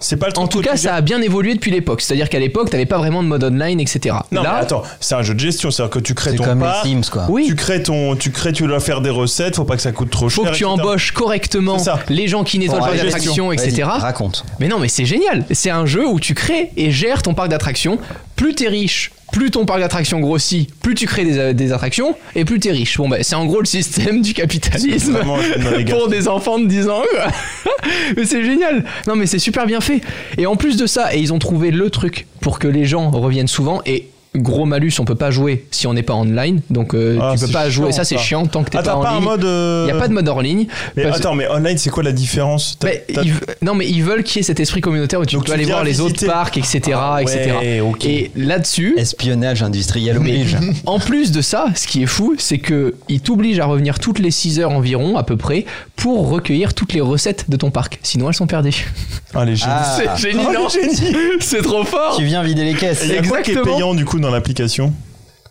Speaker 4: C'est pas le truc.
Speaker 2: En tout
Speaker 4: où
Speaker 2: cas,
Speaker 4: tu gères-
Speaker 2: ça a bien évolué depuis l'époque. C'est-à-dire qu'à l'époque, t'avais pas vraiment de mode online, etc.
Speaker 4: Non, mais
Speaker 2: Là,
Speaker 4: attends, c'est un jeu de gestion. C'est-à-dire que tu crées
Speaker 3: C'est
Speaker 4: ton
Speaker 3: comme
Speaker 4: parc.
Speaker 3: les Sims, quoi.
Speaker 2: oui,
Speaker 4: Ah, Tu crées ton, tu crées, tu dois faire des recettes. Faut pas que ça coûte trop
Speaker 2: faut
Speaker 4: cher.
Speaker 2: que tu
Speaker 4: etc.
Speaker 2: embauches correctement
Speaker 4: C'est ça.
Speaker 2: les gens qui nettoient le
Speaker 3: Bon,
Speaker 2: parc
Speaker 4: allez,
Speaker 2: d'attractions,
Speaker 3: Vas-y,
Speaker 2: etc.
Speaker 3: Raconte.
Speaker 2: Mais non, mais c'est génial. C'est un jeu où tu crées et gères ton parc d'attractions. Plus t'es riche, plus ton parc d'attractions grossit, plus tu crées des, euh, des attractions et plus t'es riche. Bon, bah, c'est en gros le système du capitalisme
Speaker 4: C'est vraiment un jeu de navigation.
Speaker 2: pour des enfants de 10 ans. quoi. mais c'est génial. Non, mais c'est super bien fait. Et en plus de ça, et ils ont trouvé le truc pour que les gens reviennent souvent et gros malus, on peut pas jouer si on n'est pas online. Donc euh,
Speaker 4: Ah,
Speaker 2: tu peux
Speaker 4: c'est
Speaker 2: pas jouer.
Speaker 4: chiant,
Speaker 2: Ça, c'est
Speaker 4: ça.
Speaker 2: chiant tant que t'es
Speaker 4: Ah,
Speaker 2: pas
Speaker 4: t'as
Speaker 2: en
Speaker 4: pas un
Speaker 2: ligne.
Speaker 4: mode.
Speaker 2: Il
Speaker 4: euh,
Speaker 2: n'y a pas de mode en ligne.
Speaker 4: Mais
Speaker 2: parce-
Speaker 4: attends, mais online, c'est quoi la différence T'as-
Speaker 2: mais
Speaker 4: t'as-
Speaker 2: ils, ve- non, mais ils veulent qu'il y ait cet esprit communautaire où tu
Speaker 4: Donc
Speaker 2: peux
Speaker 4: tu
Speaker 2: aller
Speaker 4: viens
Speaker 2: voir les autres
Speaker 4: visiter.
Speaker 2: parcs, etc.
Speaker 4: Ah ouais,
Speaker 2: etc.
Speaker 4: ok.
Speaker 2: Et là-dessus,
Speaker 3: Espionnage industriel
Speaker 2: Mais-
Speaker 3: oblige.
Speaker 2: en plus de ça, ce qui est fou, c'est que ils t'obligent à revenir toutes les 6 heures environ, à peu près, pour recueillir toutes les recettes de ton parc. Sinon, elles sont perdues.
Speaker 4: Ah, les génies.
Speaker 3: Ah.
Speaker 2: C'est génial, non
Speaker 4: Oh,
Speaker 2: C'est trop fort
Speaker 3: Tu viens vider les caisses.
Speaker 4: Et il y a quoi qui est
Speaker 2: exactement.
Speaker 4: payant du coup dans l'application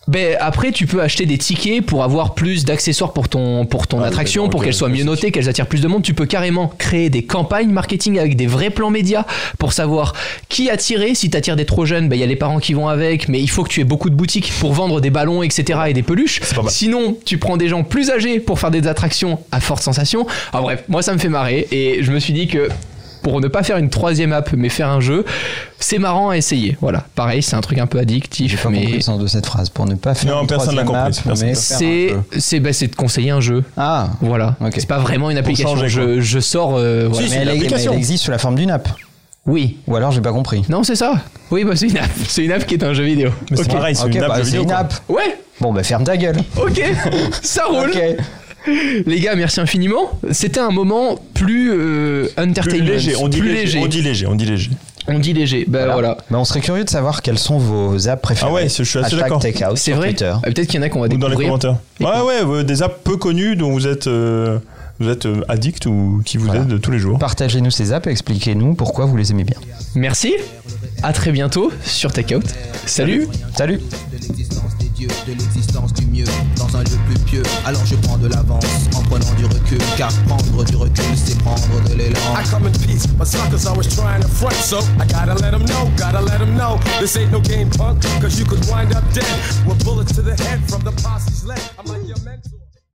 Speaker 2: Ben, après, tu peux acheter des tickets pour avoir plus d'accessoires pour ton, pour ton
Speaker 4: Ah,
Speaker 2: attraction,
Speaker 4: d'accord,
Speaker 2: pour
Speaker 4: ok,
Speaker 2: qu'elles soient mieux
Speaker 4: classique.
Speaker 2: notées, qu'elles attirent plus de monde. Tu peux carrément créer des campagnes marketing avec des vrais plans médias pour savoir qui attirer. Si t'attires des trop jeunes, ben, il y a les parents qui vont avec, mais il faut que tu aies beaucoup de boutiques pour vendre des ballons, etc. et des peluches.
Speaker 4: pas mal.
Speaker 2: Sinon, tu prends des gens plus âgés pour faire des attractions à forte sensation. En bref, moi, ça me fait marrer et je me suis dit que pour ne pas faire une troisième app, mais faire un jeu, c'est marrant à essayer. Voilà. Pareil, c'est un truc un peu addictif,
Speaker 3: J'ai pas
Speaker 2: mais.
Speaker 3: compris le sens de cette phrase. Pour ne pas faire.
Speaker 4: Non,
Speaker 3: une
Speaker 4: personne l'a
Speaker 3: troisième
Speaker 4: compris,
Speaker 3: app,
Speaker 4: personne
Speaker 3: mais
Speaker 4: l'a
Speaker 3: faire un
Speaker 2: C'est
Speaker 3: jeu.
Speaker 2: c'est bah, c'est de conseiller un jeu.
Speaker 3: Ah.
Speaker 2: Voilà.
Speaker 3: Ok.
Speaker 2: C'est pas vraiment une application.
Speaker 4: changer,
Speaker 2: je, je sors. euh, voilà.
Speaker 4: Si, c'est
Speaker 3: Mais elle,
Speaker 4: une
Speaker 3: est- mais
Speaker 4: application.
Speaker 3: elle existe sous la forme d'une app.
Speaker 2: Oui.
Speaker 3: Ou alors j'ai pas compris.
Speaker 2: Non, c'est ça. Oui, bah, c'est une app. C'est une app qui est un jeu vidéo.
Speaker 4: Mais c'est
Speaker 2: Ok.
Speaker 4: pareil, c'est
Speaker 3: Ok,
Speaker 4: une app.
Speaker 3: bah,
Speaker 4: de
Speaker 3: c'est
Speaker 4: vidéo,
Speaker 3: une
Speaker 4: quoi.
Speaker 3: app.
Speaker 2: Ouais.
Speaker 3: Bon, bah ferme ta gueule.
Speaker 2: Ok. ça roule.
Speaker 3: Ok.
Speaker 2: Les gars, merci infiniment. C'était un moment plus euh,
Speaker 4: Plus
Speaker 2: entertainment,
Speaker 4: léger, on dit
Speaker 2: plus
Speaker 4: léger, on dit léger, on dit léger.
Speaker 2: On dit léger. Bah voilà.
Speaker 3: Mais on serait curieux de savoir quelles sont vos apps préférées.
Speaker 4: Ah ouais, je suis assez
Speaker 3: Hashtag
Speaker 4: d'accord.
Speaker 3: Takeout
Speaker 2: C'est
Speaker 3: sur
Speaker 2: vrai.
Speaker 3: Twitter.
Speaker 2: Ah, Peut-être qu'il y en a qu'on va
Speaker 4: Ou dans les
Speaker 2: découvrir.
Speaker 4: commentaires. Ouais, ouais, ouais, des apps peu connues dont vous êtes, euh, vous êtes euh, addict ou qui vous
Speaker 3: Voilà.
Speaker 4: aident tous les jours.
Speaker 3: Partagez-nous ces apps et expliquez-nous pourquoi vous les aimez bien.
Speaker 2: Merci. À très bientôt sur Takeout. Salut.
Speaker 3: Salut.
Speaker 1: de l'existence des dieux, de l'existence du mieux, dans un lieu plus pieux. Alors je prends de l'avance en prenant du recul, car prendre du recul, c'est prendre de l'élan.
Speaker 7: I come in peace, but suckers always trying to front, so I gotta let 'em know, gotta let 'em know. This ain't no game punk, cause you could wind up dead with bullets to the head from the posse's lead. I'm like your mentor.